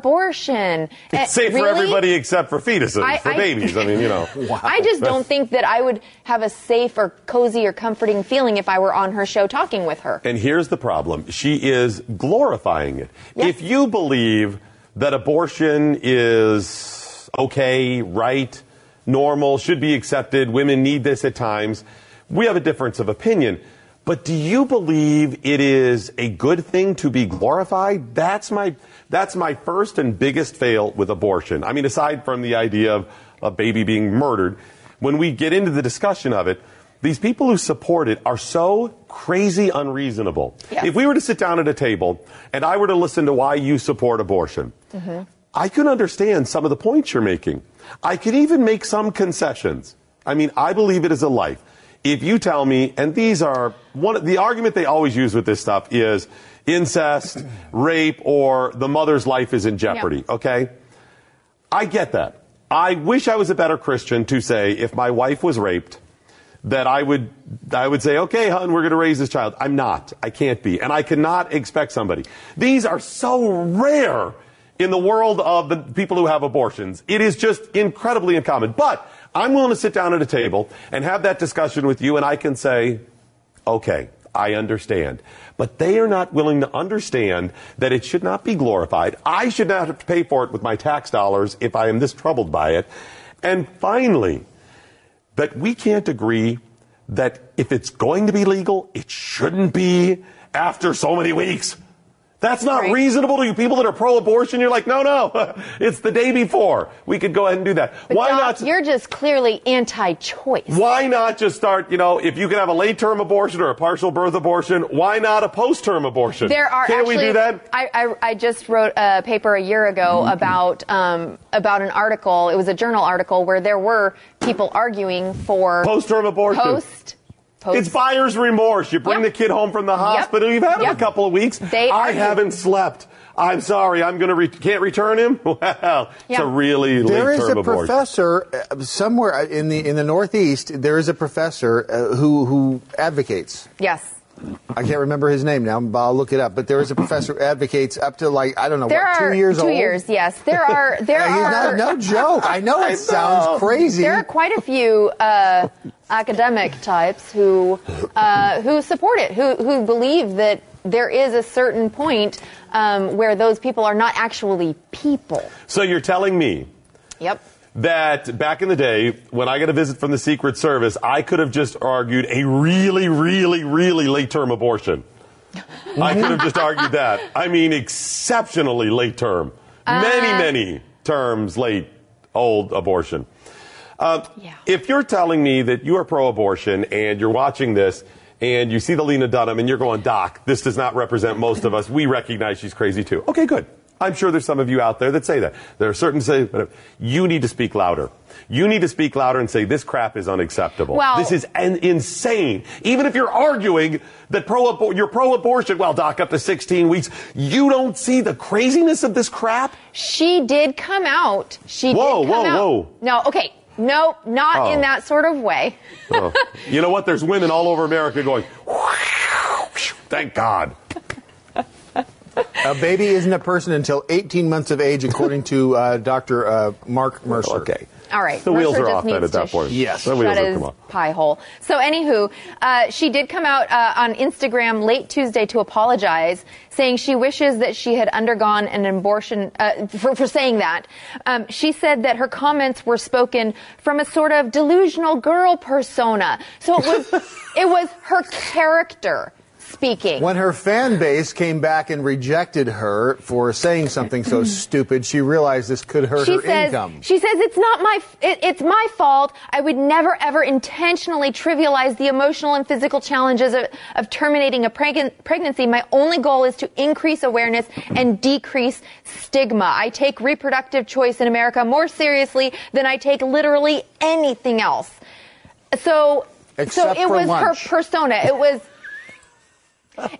abortion. Eh,
It's safe for
really?
everybody except for fetuses,
I-
for
I-
babies. I mean, you know.
I just don't think that I would have a safe or cozy or comforting feeling if I were on her show talking with her.
And here's the problem she is glorifying it. If you believe that abortion is okay, right, normal, should be accepted, women need this at times, we have a difference of opinion. But do you believe it is a good thing to be glorified? That's my that's my first and biggest fail with abortion. I mean, aside from the idea of a baby being murdered, when we get into the discussion of it, these people who support it are so crazy unreasonable. If we were to sit down at a table and I were to listen to why you support abortion, I can understand some of the points you're making. I could even make some concessions. I mean, I believe it is a life. If you tell me, and these are one, the argument they always use with this stuff is incest, rape, or the mother's life is in jeopardy. Okay. I get that. I wish I was a better Christian to say if my wife was raped that I would I would say, "Okay, hon, we're going to raise this child." I'm not. I can't be. And I cannot expect somebody. These are so rare in the world of the people who have abortions. It is just incredibly uncommon. But I'm willing to sit down at a table and have that discussion with you and I can say, okay, I understand. But they are not willing to understand that it should not be glorified. I should not have to pay for it with my tax dollars if I am this troubled by it. And finally, that we can't agree that if it's going to be legal, it shouldn't be after so many weeks. That's not reasonable to you people that are pro-abortion. You're like, no, no, it's the day before. We could go ahead and do that. Why not
You're just clearly anti-choice.
why not just start, you know, if you can have a late term abortion or a partial birth abortion, why not a post term abortion?
There are
Can't
actually,
we do that?
I, I, I just wrote a paper a year ago
Mm-hmm.
about um, about an article. It was a journal article where there were people arguing for
Post term abortion.
Post. post
It's buyer's remorse. You bring the kid home from the hospital. You've had him a couple of weeks.
They
I
argue-
haven't slept. I'm sorry. I'm going to re- can't return him. Well, it's
Yeah.
a really
There
late
is
term
a
abortion.
professor uh, somewhere uh, in the in the Northeast. There is a professor uh, who who advocates.
yes.
I can't remember his name now, but I'll look it up. But there is a professor who advocates up to like I don't know
There
what
are
two years old.
years, yes. There are there
He's
are
not, no joke. I know it sounds crazy.
There are quite a few uh, academic types who uh, who support it, who who believe that there is a certain point um, where those people are not actually people.
So you're telling me
Yep.
that back in the day, when I got a visit from the Secret Service, I could have just argued a really, really, really late term abortion. I could have just argued that. I mean, exceptionally late term. Many,
Uh.
many terms late, old abortion. Uh, If you're telling me that you are pro abortion and you're watching this and you see the Lena Dunham and you're going, Doc, this does not represent most of us, we recognize she's crazy too. Okay, good. I'm sure there's some of you out there that say that. There are certain say, but you need to speak louder. You need to speak louder and say this crap is unacceptable.
Well-
this is an insane. Even if you're arguing that pro you're pro-abortion, well, doc, up to 16 weeks, you don't see the craziness of this crap.
She did come out. She
Whoa,
did come
whoa,
out.
whoa.
No, okay. No, not
Oh.
in that sort of way.
Oh. you know what? There's women all over America going, thank God.
A baby isn't a person until 18 months of age, according to uh, Dr. Uh, Mark Mercer. Okay.
All right.
The wheels
Mercer
are
just
off then
needs
at that
to sh-
point. Yes. The
Shut
wheels are-
his
come on.
pie hole. So, anywho, uh, she did come out uh, on Instagram late Tuesday to apologize, saying she wishes that she had undergone an abortion uh, for, for saying that. Um, she said that her comments were spoken from a sort of delusional girl persona. So it was, it was her character speaking.
When her fan base came back and rejected her for saying something so stupid, she realized this could hurt
she
her
says,
income.
She says it's not my f- it, it's my fault. I would never ever intentionally trivialize the emotional and physical challenges of, of terminating a preg- pregnancy. My only goal is to increase awareness and decrease stigma. I take reproductive choice in America more seriously than I take literally anything else. So
Except
so it
for
was
lunch.
her persona. It was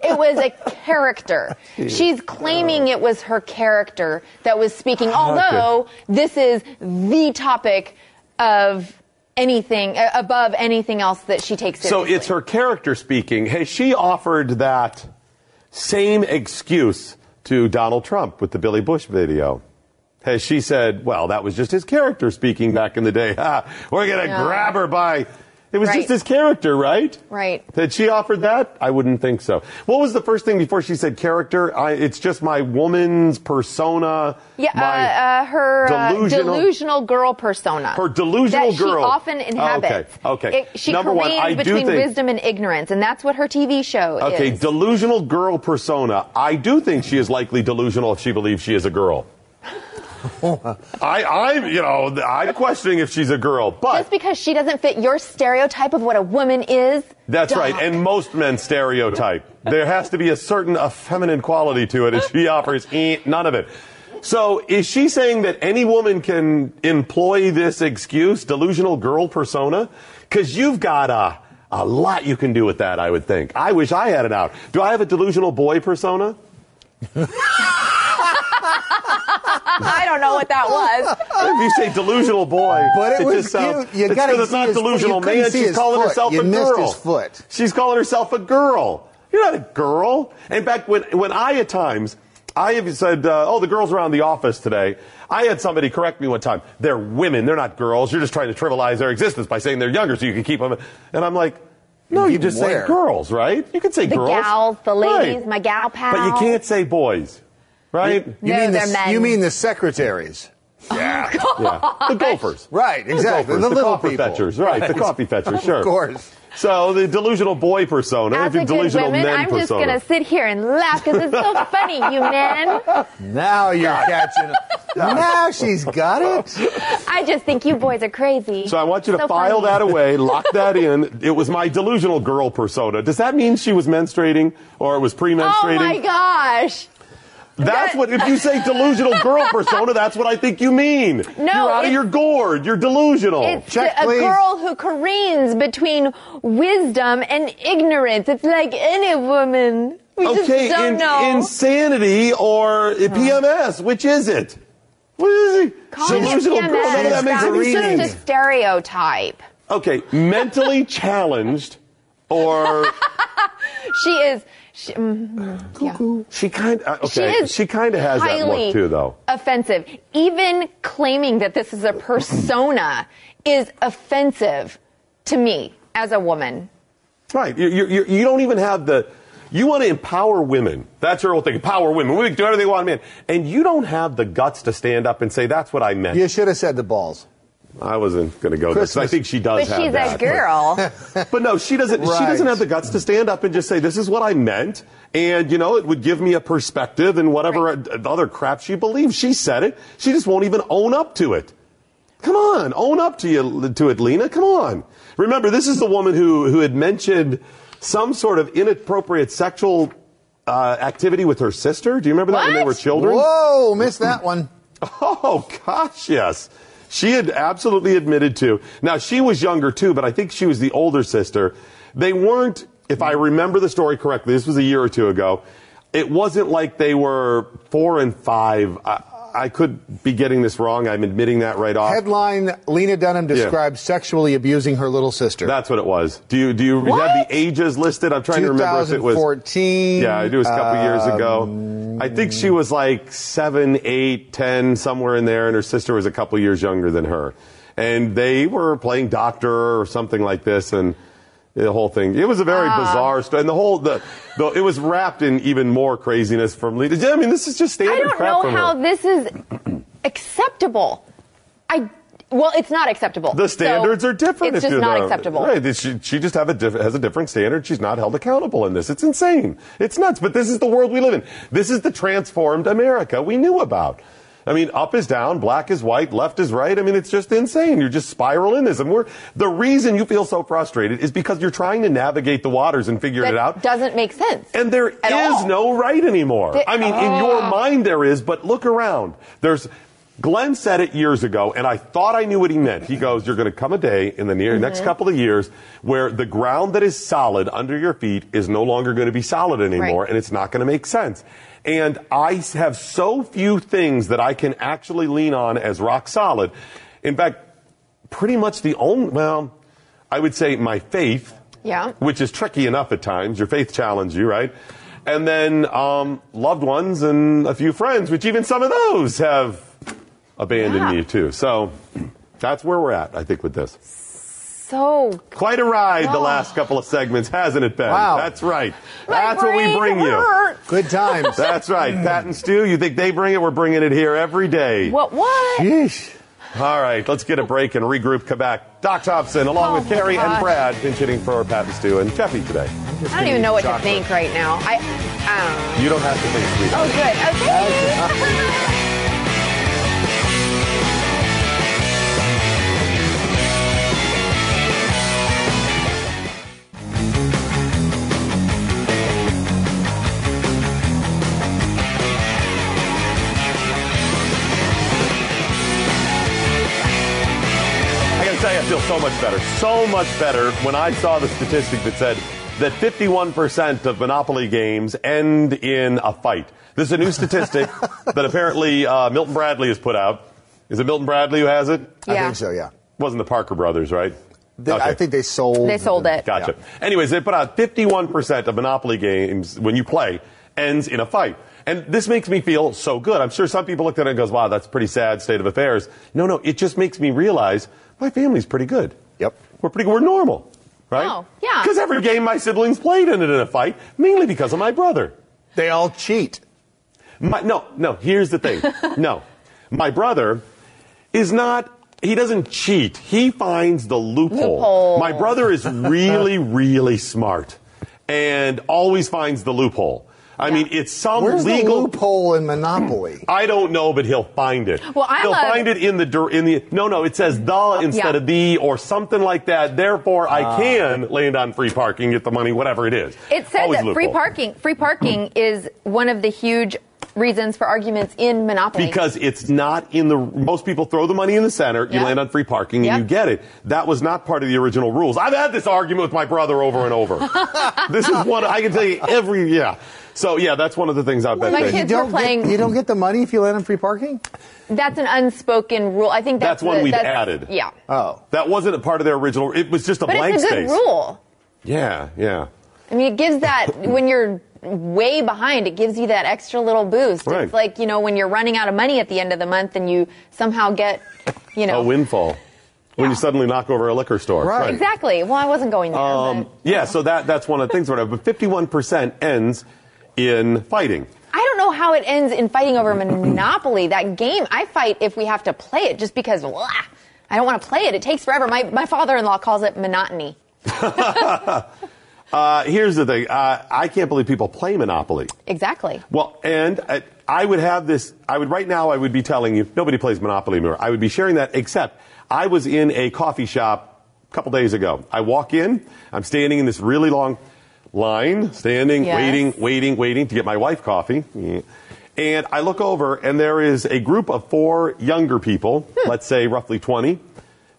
It was a character. She's claiming it was her character that was speaking, although this is the topic of anything, uh, above anything else that she takes
So
seriously.
it's her character speaking. Hey, she offered that same excuse to Donald Trump with the Billy Bush video. Hey, she said, well, that was just his character speaking back in the day. Ha, we're going to
No.
grab her by. It was
Right.
just his character, right?
Right.
Had she offered that? I wouldn't think so. What was the first thing before she said character? I, it's just my woman's persona.
Yeah,
my-
uh, uh, her uh,
delusional-
delusional, girl persona.
Her delusional
that
girl.
She often
Oh,
inhabits.
okay, okay.
It- she
Number one,
careens
I do
between
think-
wisdom and ignorance, and that's what her TV show
Okay,
is.
delusional girl persona. I do think she is likely delusional if she believes she is a girl. I, I'm, you know, th- I'm questioning if she's a girl, but
Just because she doesn't fit your stereotype of what a woman is.
that's
Doc.
right. And most men stereotype. There has to be a certain effeminate quality to it, and she offers eh, none of it. So, is she saying that any woman can employ this excuse, delusional girl persona? Because you've got a, a lot you can do with that, I would think. I wish I had it out. Do I have a delusional boy persona?
I don't know what that was.
If you say delusional boy,
But it was
just sounds,
cute. You
it's
gotta
because it's
see
not
his foot.
delusional,
You couldn't
man.
see
She's
his
calling
foot.
herself
You
a
missed
girl.
his foot.
She's calling herself a girl. You're not a girl. In fact, when when I at times I have said, uh, "Oh, the girls around the office today," I had somebody correct me one time. They're women. They're not girls. You're just trying to trivialize their existence by saying they're younger, so you can keep them. And I'm like, "No, you
keep 'em
just say
where?
girls, right? You can say
The
girls,
gals, the ladies,
Right.
my gal pal.
but you can't say boys, right?
You
No,
mean
they're
the,
men.
you mean the secretaries? Yeah.
Yeah. The gophers.
Right, exactly.
The,
The
gophers, the
little
coffee
people.
fetchers, right. The
Right.
coffee fetchers,
Of
sure.
course.
So the delusional boy persona,
As
if
a
you
good
delusional
woman,
men
I'm just
persona.
gonna sit here and laugh because it's so funny, you men.
Now you're catching. now she's got it.
I just think you boys are crazy.
so I want you to
So
file
funny.
that away, lock that in. It was my delusional girl persona. Does that mean she was menstruating or it was
Oh my
pre-menstruating?
gosh.
that's what if you say delusional girl persona, that's what I think you mean. you're out of
it's-
your gourd. You're delusional.
It's a girl who careens between wisdom and ignorance. It's like any woman. We
okay,
just don't
in-
know.
insanity or PMS, which is it? What is it?
Calling it
Delusional girl,
PMS,
none of that makes
that's
any
just
sense.
a stereotype.
Okay, mentally challenged, or
She is. She, mm, yeah.
she kind of
She
okay. She,
is
kind of has that
highly
look too, though.
Offensive. Even claiming that this is a persona is offensive to me as a woman.
Right? You, you, you, you don't even have the. You want to empower women. That's your whole thing. Empower women. We can do everything we want, man. And you don't have the guts to stand up and say, "That's what I meant."
You should have said the balls.
I wasn't going to go there 'cause I
Christmas.
think she
But
does have
she's
that.
a girl.
But no, she doesn't. She
Right.
doesn't have the guts to stand up and just say, "This is what I meant," and you know, it would give me a perspective and whatever uh, the other crap she believes. She said it. She just won't even own up to it. Come on, own up to you to it, Lena. Come on. Remember, this is the woman who who had mentioned some sort of inappropriate sexual uh, activity with her sister. Do you remember that when they
What?
were children?
Whoa, missed that one.
Oh gosh, yes. She had absolutely admitted to. Now she was younger too, but I think she was the older sister. They weren't, if I remember the story correctly, this was a year or two ago. It wasn't like they were four and five. I, I could be getting this wrong. I'm admitting that right off.
Headline: Lena Dunham
Yeah.
describes sexually abusing her little sister.
That's what it was. Do you do you have the ages listed? I'm trying to remember if it was
2014,
Yeah, I do. It was a
uh,
couple years ago.
um,
I think she was like seven, eight, ten, somewhere in there, and her sister was a couple years younger than her. And they were playing doctor or something like this, and the whole thing. It was a very
Ah.
bizarre story, and the whole the, the it was wrapped in even more craziness from Lita. I mean, this is just standard
I don't
crap
know
from her.
how this is acceptable. I well, it's not acceptable.
The standards
So
are different.
It's
if you're
just not
the-
acceptable.
Right. She, she just have a diff, has a different standard. She's not held accountable in this. It's insane. It's nuts. But this is the world we live in. This is the transformed America we knew about. I mean, up is down, black is white, left is right. I mean, it's just insane. You're just spiraling this. And we're, the reason you feel so frustrated is because you're trying to navigate the waters and figure
That
it out.
doesn't make sense.
And there is
At all.
no right anymore.
The-
I mean, in your mind there is, but look around. There's Glenn said it years ago, and I thought I knew what he meant. He goes, You're going to come a day in the near,
Mm-hmm.
next
Mhm.
couple of years where the ground that is solid under your feet is no longer going to be solid anymore,
Right.
and it's not going to make sense. And I s- have so few things that I can actually lean on as rock solid. In fact, pretty much the only, well, I would say my faith
Yeah.
which is tricky enough at times. Your faith challenge you, right? And then um, loved ones and a few friends, which even some of those have abandoned
Yeah.
me too. So that's where we're at, I think, with this.
So
Quite a ride the
Oh.
last couple of segments, hasn't it, Ben?
Wow.
That's right.
My
that's what we
brain
bring
hurts.
you. Good times. That's right. Pat and Stu, you think they bring it? We're bringing it here every day.
what what?
All right, let's get a break and regroup. Come back. Doc Thompson, along
Oh
with
my
Carrie and
gosh.
Brad, pinch hitting for Pat and Stu and Jeffy today.
I don't even know what to think right now. I, I
You don't have to think,
don't know.
sweetheart.
Oh, good. Okay.
I gotta tell you, I feel so much better. So much better when I saw the statistic that said that 51% of Monopoly games end in a fight. This is a new statistic that apparently uh, Milton Bradley has put out. Is it Milton Bradley who has it?
I Yeah. think so, yeah.
Wasn't the Parker brothers, right?
I think they sold.
They sold it.
Gotcha. Anyways, they put out 51% of Monopoly games when you play ends in a fight. And this makes me feel so good. I'm sure some people looked at it and goes, wow, that's a pretty sad state of affairs. No, no, it just makes me realize my family's pretty good. Yep. We're pretty we're normal. Right?
Oh, yeah.
Because every game my siblings played ended in a fight, mainly because of my brother. They all cheat. My, no, no, here's the thing. no. My brother is not he doesn't cheat. He finds the
Loophole.
My brother is really, really smart and always finds the loophole. I mean, it's some
Where's the
legal.
loophole in Monopoly?
I don't know, but he'll find it.
Well, I
he'll
love-
find it in the dir- in the no no. It says the instead
Yeah.
of the or something like that. Therefore,
Ah.
I can land on free parking, get the money, whatever it is.
It says
Always
that free
loophole. Hmm.
parking, free parking is one of the huge reasons for arguments in Monopoly.
Because it's not in the. Most people throw the money in the center. You
Yeah.
land on free parking and
Yep.
you get it. That was not part of the original rules. I've had this argument with my brother over and over. this is one I can tell you every yeah. So yeah, that's one of the things I've been.
My
thinking.
kids were playing.
You don't get the money if you land on free parking.
that's an unspoken rule. I think that's,
That's one
the-
we've
that's-
added.
Yeah,
Oh, that wasn't a part of their original. It was just a
but
blank
it's a good
space.
rule.
Yeah, yeah.
I mean, it gives that when you're way behind, it gives you that extra little boost.
Right.
It's like you know when you're running out of money at the end of the month and you somehow get, you know,
A windfall when you suddenly knock over a liquor store.
exactly. Well, I wasn't going there.
Um, yeah, so that that's one of the things. Whatever, but fifty-one percent ends in fighting.
I don't know how it ends in fighting over Monopoly. That game, I fight if we have to play it just because blah, I don't want to play it. It takes forever. My, my father in law calls it monotony.
Uh, here's the thing. Uh, I can't believe people play Monopoly.
Exactly.
Well, and I, I would have this. I would right now. I would be telling you nobody plays Monopoly anymore. I would be sharing that. Except I was in a coffee shop a couple days ago. I walk in. I'm standing in this really long line, standing,
Yes.
waiting, waiting, waiting to get my wife coffee. And I look over, and there is a group of four younger people, let's say roughly 20,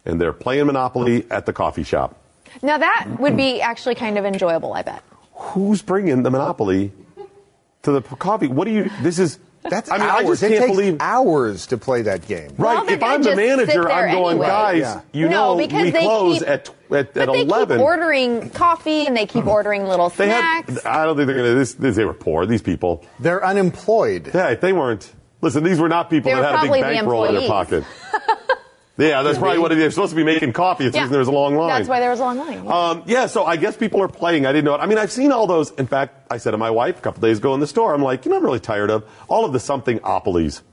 and they're playing Monopoly at the coffee shop.
Now, that would be actually kind of enjoyable, I bet.
Who's bringing the Monopoly to the coffee? What do you? This is.
That's
I mean,
hours.
I just
it
can't
takes
believe.
hours to play that game.
Right.
Well, they're
if
gonna
I'm the
just sit
manager,
there
I'm going,
anyway.
guys,
Yeah.
you
No,
know,
because
we
they
close
keep-
at, at, at
But they
11.
keep ordering coffee and they keep ordering little
they had,
snacks.
I don't think they're going to, this, this, they were poor, these people.
They're unemployed.
Yeah, they weren't. Listen, these were not people
They were
that had a
probably
big
the
bankroll in their pocket.
employees.
yeah, that's probably what it is. They're supposed to be making coffee. It's the reason there was a long line.
That's why there was a long line. yeah.
Um, yeah, so I guess people are playing. I didn't know it. I mean, I've seen all those. In fact, I said to my wife a couple days ago in the store, I'm like, you know, I'm really tired of all of the something opolis.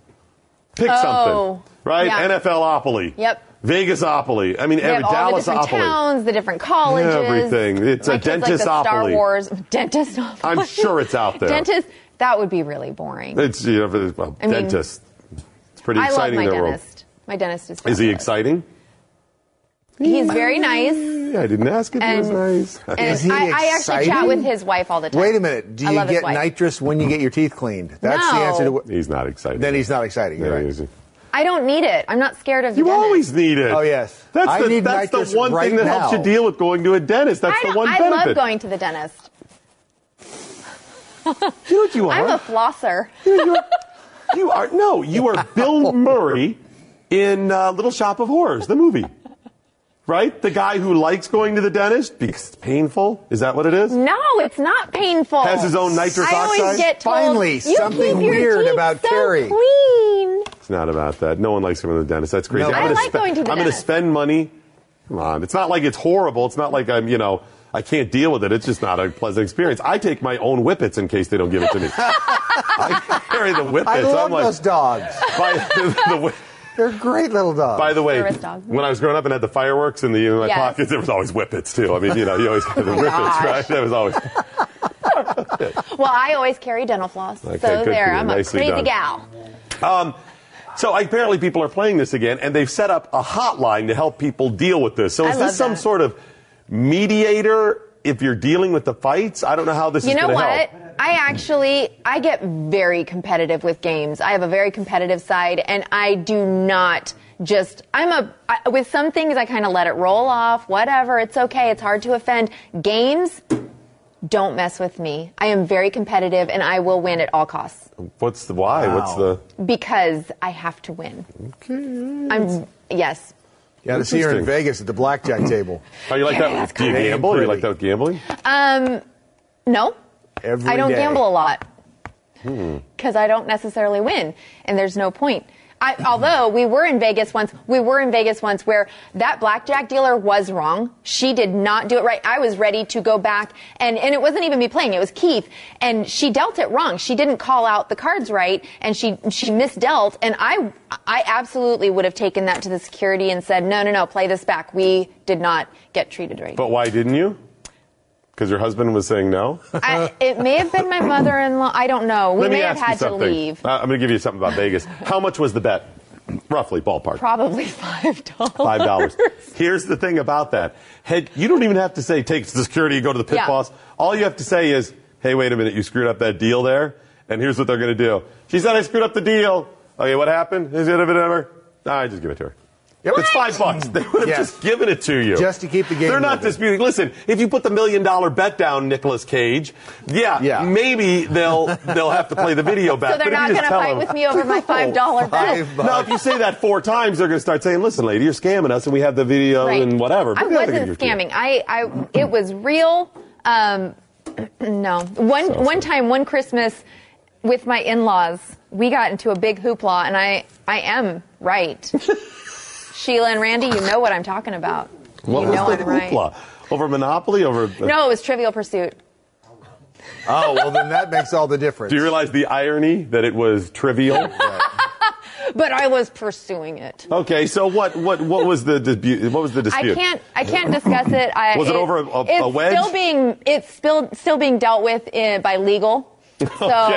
Pick
Oh,
something, right?
yeah.
NFL opoly,
Yep.
Vegasopoly. I mean,
They have
every
all the
Dallas
different towns, the different colleges.
Everything. It's
My
a
kids like the Star
dentistopoly.
Wars dentist.
I'm sure it's out there.
Dentist. That would be really boring.
It's you know, for the- well,
I mean,
dentist. It's pretty
I love
exciting.
my
their world.
dentist. My dentist is.
Is he exciting?
He's very nice.
Yeah, I didn't ask if he was
And-
nice.
And I, I actually chat with his wife all the time.
Wait a minute. Do
I
you
love his
get
wife.
nitrous when you get your teeth cleaned? That's the
No.
answer to what.
He's not excited.
Then he's not exciting. you're right.
Easy.
I don't need it. I'm not scared of. You
always need it.
Oh, yes.
That's
I
the,
need
that's the
nitrous
one
right
thing that
now.
helps you deal with going to a dentist. That's
I,
the
don't-
one
I
benefit.
love going to the dentist.
You know what you
I'm
Uh-huh.
are?
a flosser.
you are no, you are Bill Murray in uh, Little Shop of Horrors, the movie. Right? The guy who likes going to the dentist because it's painful. Is that what it is?
No, it's not painful.
Has his own nitrous
I
oxide?
always get told,
Finally,
"You
something
keep your
weird
teeth
about
so
Carrie."
Clean.
It's not about that. No one likes going to the dentist. That's crazy.
No. I
gonna
like going to the
I'm gonna
dentist.
spend money. Come on. It's not like it's horrible. It's not like I'm, you know, I can't deal with it. It's just not a pleasant experience. I take my own whippets in case they don't give it to me. I carry the whippets.
I
am
love
like,
those dogs.
By, the way,
They're great little dogs.
by the way,
Service dogs.
when I was growing up and had the fireworks in the in my
Yes.
pockets, there was always whippets too. I mean, you know, you always had the
Oh my
whippets,
gosh.
right? That was always.
Well, I always carry dental floss.
Okay,
so
good for
there,
you.
I'm a
Nicely
crazy
done.
gal.
Um, so apparently people are playing this again, and they've set up a hotline to help people deal with this. So
I
is
love
this some
that.
sort of mediator if you're dealing with the fights? I don't know how this
you
is
know
going to
what?
help.
I actually I get very competitive with games. I have a very competitive side, and I do not just I'm a I, with some things I kind of let it roll off. Whatever, it's okay. It's hard to offend. Games, don't mess with me. I am very competitive, and I will win at all costs
What's the why? What's the?
because I have to win. Okay. I'm yes.
Yeah, to see her in
Interesting.
Vegas at the blackjack table.
Oh, you like
Yeah,
that?
that's
Do you
kinda
gamble? You
pretty.
like that with gambling?
Um, no,
Every
I don't
day.
gamble a lot.
Hmm.
because I don't necessarily win, and there's no point. I, although we were in Vegas once, we were in Vegas once where that blackjack dealer was wrong. She did not do it right. I was ready to go back, and, and it wasn't even me playing. It was Keith, and she dealt it wrong. She didn't call out the cards right, and she she misdealt. And I I absolutely would have taken that to the security and said, no, no, no, play this back. We did not get treated right.
But why didn't you? Because your husband was saying no.
I, it may have been my mother-in-law. I don't know. We
Let me
may have
ask you
had to
something.
leave.
Uh, I'm going to give you something about Vegas. How much was the bet? Roughly, ballpark.
Probably five dollars.
Five dollars. Here's the thing about that. Head, you don't even have to say take the security, go to the pit
Yeah.
boss. All you have to say is, hey, wait a minute, you screwed up that deal there, and here's what they're going to do. She said I screwed up the deal. Okay, what happened? Is it ever? I just give it to her. It's five bucks. They would have
Yes.
just given it to you.
Just to keep the game
They're not
moving.
disputing. Listen, if you put the million dollar bet down, Nicolas Cage, yeah, maybe they'll they'll have to play the video back.
So they're
but if
not
you just
going to
tell Oh,
fight
them-
with me over my five dollar bet.
now, if you say that four times, they're going to start saying, "Listen, lady, you're scamming us, and we have the video
Right.
and whatever."
I
But they're not gonna
wasn't
give it to you.
scamming. I, I, it was real. Um, no, one one time, one Christmas, with my in-laws, we got into a big hoopla, and I, I am right. Sheila and Randy, you know what I'm talking about.
What
you
was
know
the
I'm right.
hoopla over Monopoly? Over
No, it was Trivial Pursuit.
Oh well, then that makes all the difference. Do you realize the irony that it was trivial?
But I was pursuing it.
okay, so what? What? What was the dispute? What was the
I
dispute?
can't. I can't discuss it. I,
Was it over a- a-
it's
a wedge?
Still being. It's still still being dealt with in, by legal. So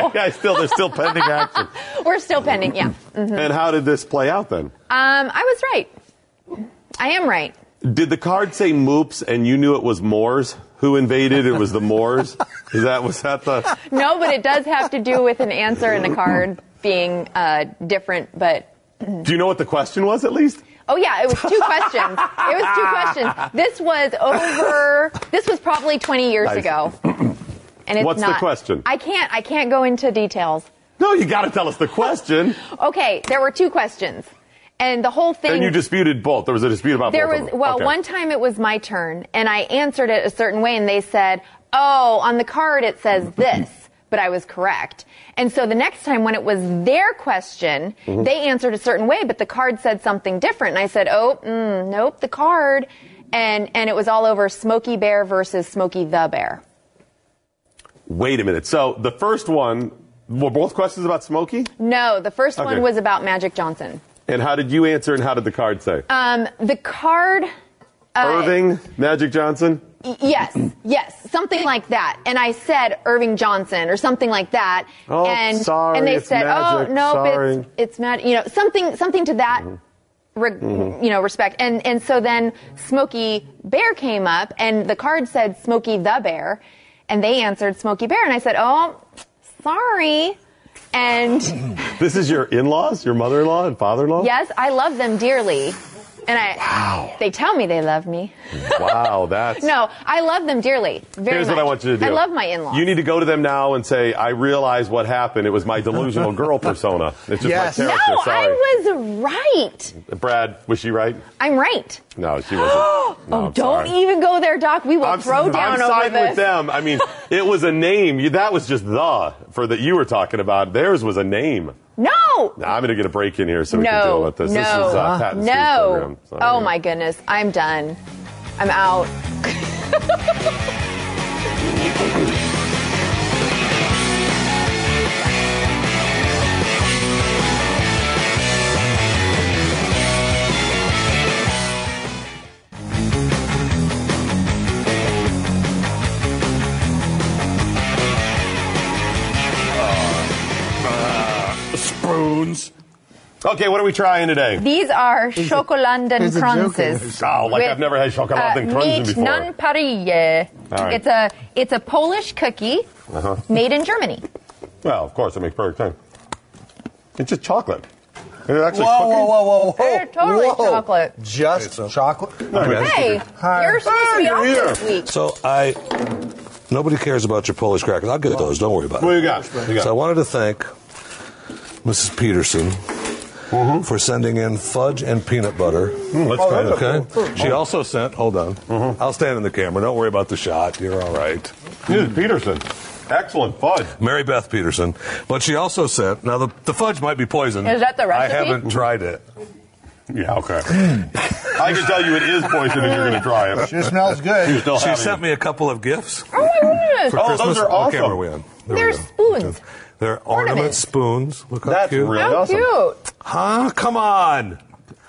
okay, I still there's still pending action.
we're still pending. Yeah. hmm
And how did this play out then?
Um, I was right. I am right.
Did the card say "moops" and you knew it was Moors? Who invaded? It was the Moors. Is that was that the?
No, but it does have to do with an answer in a card being uh, different. But
Do you know what the question was at least?
oh yeah, it was two questions. It was two questions. This was over. This was probably 20 years
Nice.
ago. And it's
What's the
not,
question?
I can't. I can't go into details.
No, you got to tell us the question.
Okay, there were two questions, and the whole thing.
And you disputed both. There was a dispute about
There
both.
was well, one time it was my turn, and I answered it a certain way, and they said, "Oh, on the card it says this." But I was correct. And so the next time when it was their question,
Mm-hmm.
Mhm.
they answered a certain way, but the card said something different. And I said, oh, mm, nope, the card. And, and it was all over Smokey Bear versus Smokey the Bear.
Wait a minute. So the first one were both questions about Smokey,
No, the first
Okay.
one was about Magic Johnson.
and how did you answer, and how did the card say?
Um, the card. uh,
Irving, Magic Johnson.
Y- Yes, yes, something like that. And I said Irving Johnson or something like that.
Oh,
and,
sorry,
And they
it's
said,
magic,
oh no,
sorry."
it's it's mad. You know, something something to that. Re-
Mhm.
You know, respect. And and so then Smokey Bear came up, and the card said Smokey the Bear, and they answered Smokey Bear, and I said, oh, sorry, and
This is your in-laws, your mother-in-law and father-in-law.
Yes, I love them dearly. And I they tell me they love me.
Wow, that's.
No, I love them dearly. Very
Here's
much.
what I want you to do.
I love my in-laws.
You need to go to them now and say, "I realize what happened. It was my delusional girl persona. It's just my
no,
character."
I
Sorry,
was right.
Brad. Was she right?
I'm right.
No, she wasn't.
oh,
No, I'm
don't
sorry.
even go there, Doc. We will throw
I'm
down over
siding
this.
with them. I mean, it was a name. You, that was just the for that you were talking about. Theirs was a name.
No.
Now, I'm going to get a break in here so we
no.
can deal with this.
No.
This is uh, Pat and Steve's
no.
program. So-
oh my goodness, I'm done. I'm out.
spoons. Okay, what are we trying today?
These are chocolanden kranzes.
Oh, like
with,
I've never had chocolate
uh,
and crunches
Meat
before.
non parille.
All right.
It's a it's a Polish cookie
Uh-huh.
made in Germany.
Well, of course, it makes perfect sense. It's just chocolate. It's actually
Whoa,
cooking.
whoa, whoa, whoa, whoa. They're totally Whoa. chocolate.
Just chocolate.
Hey, you're supposed to be off this week.
So I. Nobody cares about your Polish crackers. I'll get those. Don't worry about it. What
you got? you got?
So I wanted to thank Mrs. Peterson Mm-hmm. for sending in fudge and peanut butter.
that's Mm-hmm. Oh, great.
Okay.
that's cool. Mm-hmm.
She also sent. Hold on. I'll stand in the camera. Don't worry about the shot. You're all right.
Mrs. Peterson. Excellent fudge.
Mary Beth Peterson. But she also sent. Now the, the fudge might be poisoned.
Is that the recipe?
I haven't tried it.
Yeah. Okay. I can tell you it is poison if you're going to try it.
Sure smells good.
She's still
She
having
sent me a couple of gifts.
Oh my goodness.
for Christmas.
those are
What
awesome.
camera are we on? There we
They're
go.
spoons.
They're ornament spoons. Look how
That's
cute.
really
How cute.
Huh? Come on.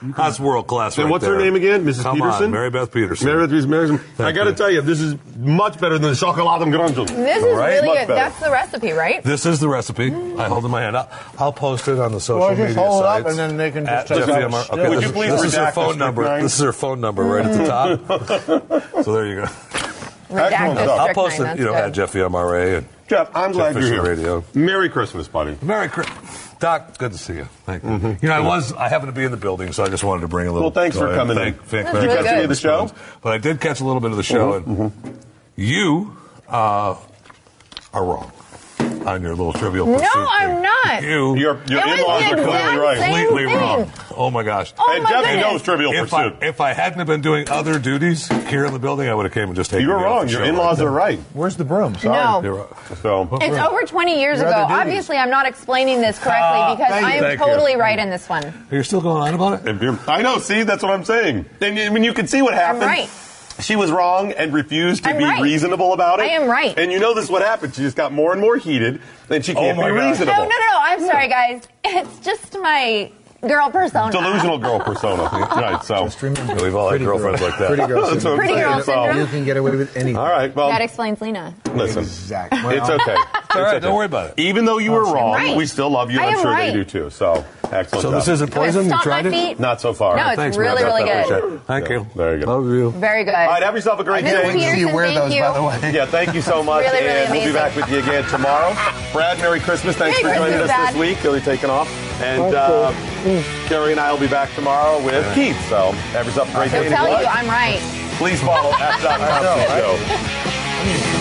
That's world class.
And
right
what's her
there.
name again? Mrs.
Come
Peterson?
On, Mary Beth Peterson.
Mary Beth Peterson. I got to tell you, this is much better than the chocolatum grunge.
This is really good. That's the recipe, right?
This is the recipe. I hold in my hand. I'll, I'll post it on the social
Well, just
media
hold it up
sites.
and then they can
At
just
Jeff
take it
Amar-
out.
Okay,
Would
this,
you please
this is her
redact
phone
this,
number.
Nick Knight?
This is her phone number right at the
Mm-hmm.
top. so there you go.
Redacted
I'll
District
post
Nine,
it. You know,
that's
at Jeff MRA and
Jeff, I'm glad
Fisher
you're here.
Radio.
Merry Christmas, buddy.
Merry Christmas, Doc. Good to see you. Thank you. You know, I was I happened to be in the building, so I just wanted to bring a little.
Well, thanks for
joy.
coming
Thank-
in.
thank-
That was really good.
thank you.
Did you catch any of the show?
but I did catch a little bit of the show, and you uh, are wrong on your little trivial
No,
pursuit.
I'm not.
You, your
your It was in-laws the are clearly exact right. same
Completely
thing.
wrong. Oh my gosh.
Oh And my Jeffy goodness. knows
Trivial
if
Pursuit.
I, if I hadn't have been doing other duties here in the building, I would have came and just taken.
You were
me off
wrong.
the
Your
show
in-laws
right
are right.
Where's the broom?
No.
You're right.
So
It's over 20 years
Your
ago.
other duties.
Obviously, I'm not explaining this correctly
Ah,
because
thank you.
I am
Thank you.
totally right in this one.
Are you still going on about it?
I know. See, that's what I'm saying. And you, I mean, you can see what happened.
right.
She was wrong and refused to
I'm
be
right.
reasonable about it.
I am right.
And you know this is what happened. She just got more and more heated, and she can't
Oh, my
be
gosh.
reasonable.
No, no, no. I'm sorry, guys. It's just my girl persona.
Delusional girl persona. right. So
We've all had girlfriends like that.
Pretty girl
That's
syndrome.
what I'm
Pretty girl
saying. So-
syndrome.
You can get away with anything.
All right. Well,
that explains Lena.
listen.
Exactly.
It's okay. It's
all right,
okay.
don't worry about it.
Even though you were
I'm
wrong,
right.
we still love you.
I
and I'm
am
sure
right.
they do too. So excellent.
So this
job.
isn't poison. You
stomp my
tried it.
feet.
not so far.
No, it's
Thanks,
really,
Matt.
really
I
good.
appreciate it. Thank you.
There you go.
Love you.
Very good.
All right, have yourself a great
Mrs.
day.
Peterson, thank you.
Yeah, thank you so much.
Really, really
and we'll
amazing.
be back with you again tomorrow. Brad, Merry Christmas. Thanks
Merry
for joining
Christmas,
us
Dad.
this week. You'll be taking off. And uh, Carrie and I will be back tomorrow with Keith. So, have yourself a great
He'll
day.
tell
And
you
if
I'm right.
Please follow at Doc Thompson Show.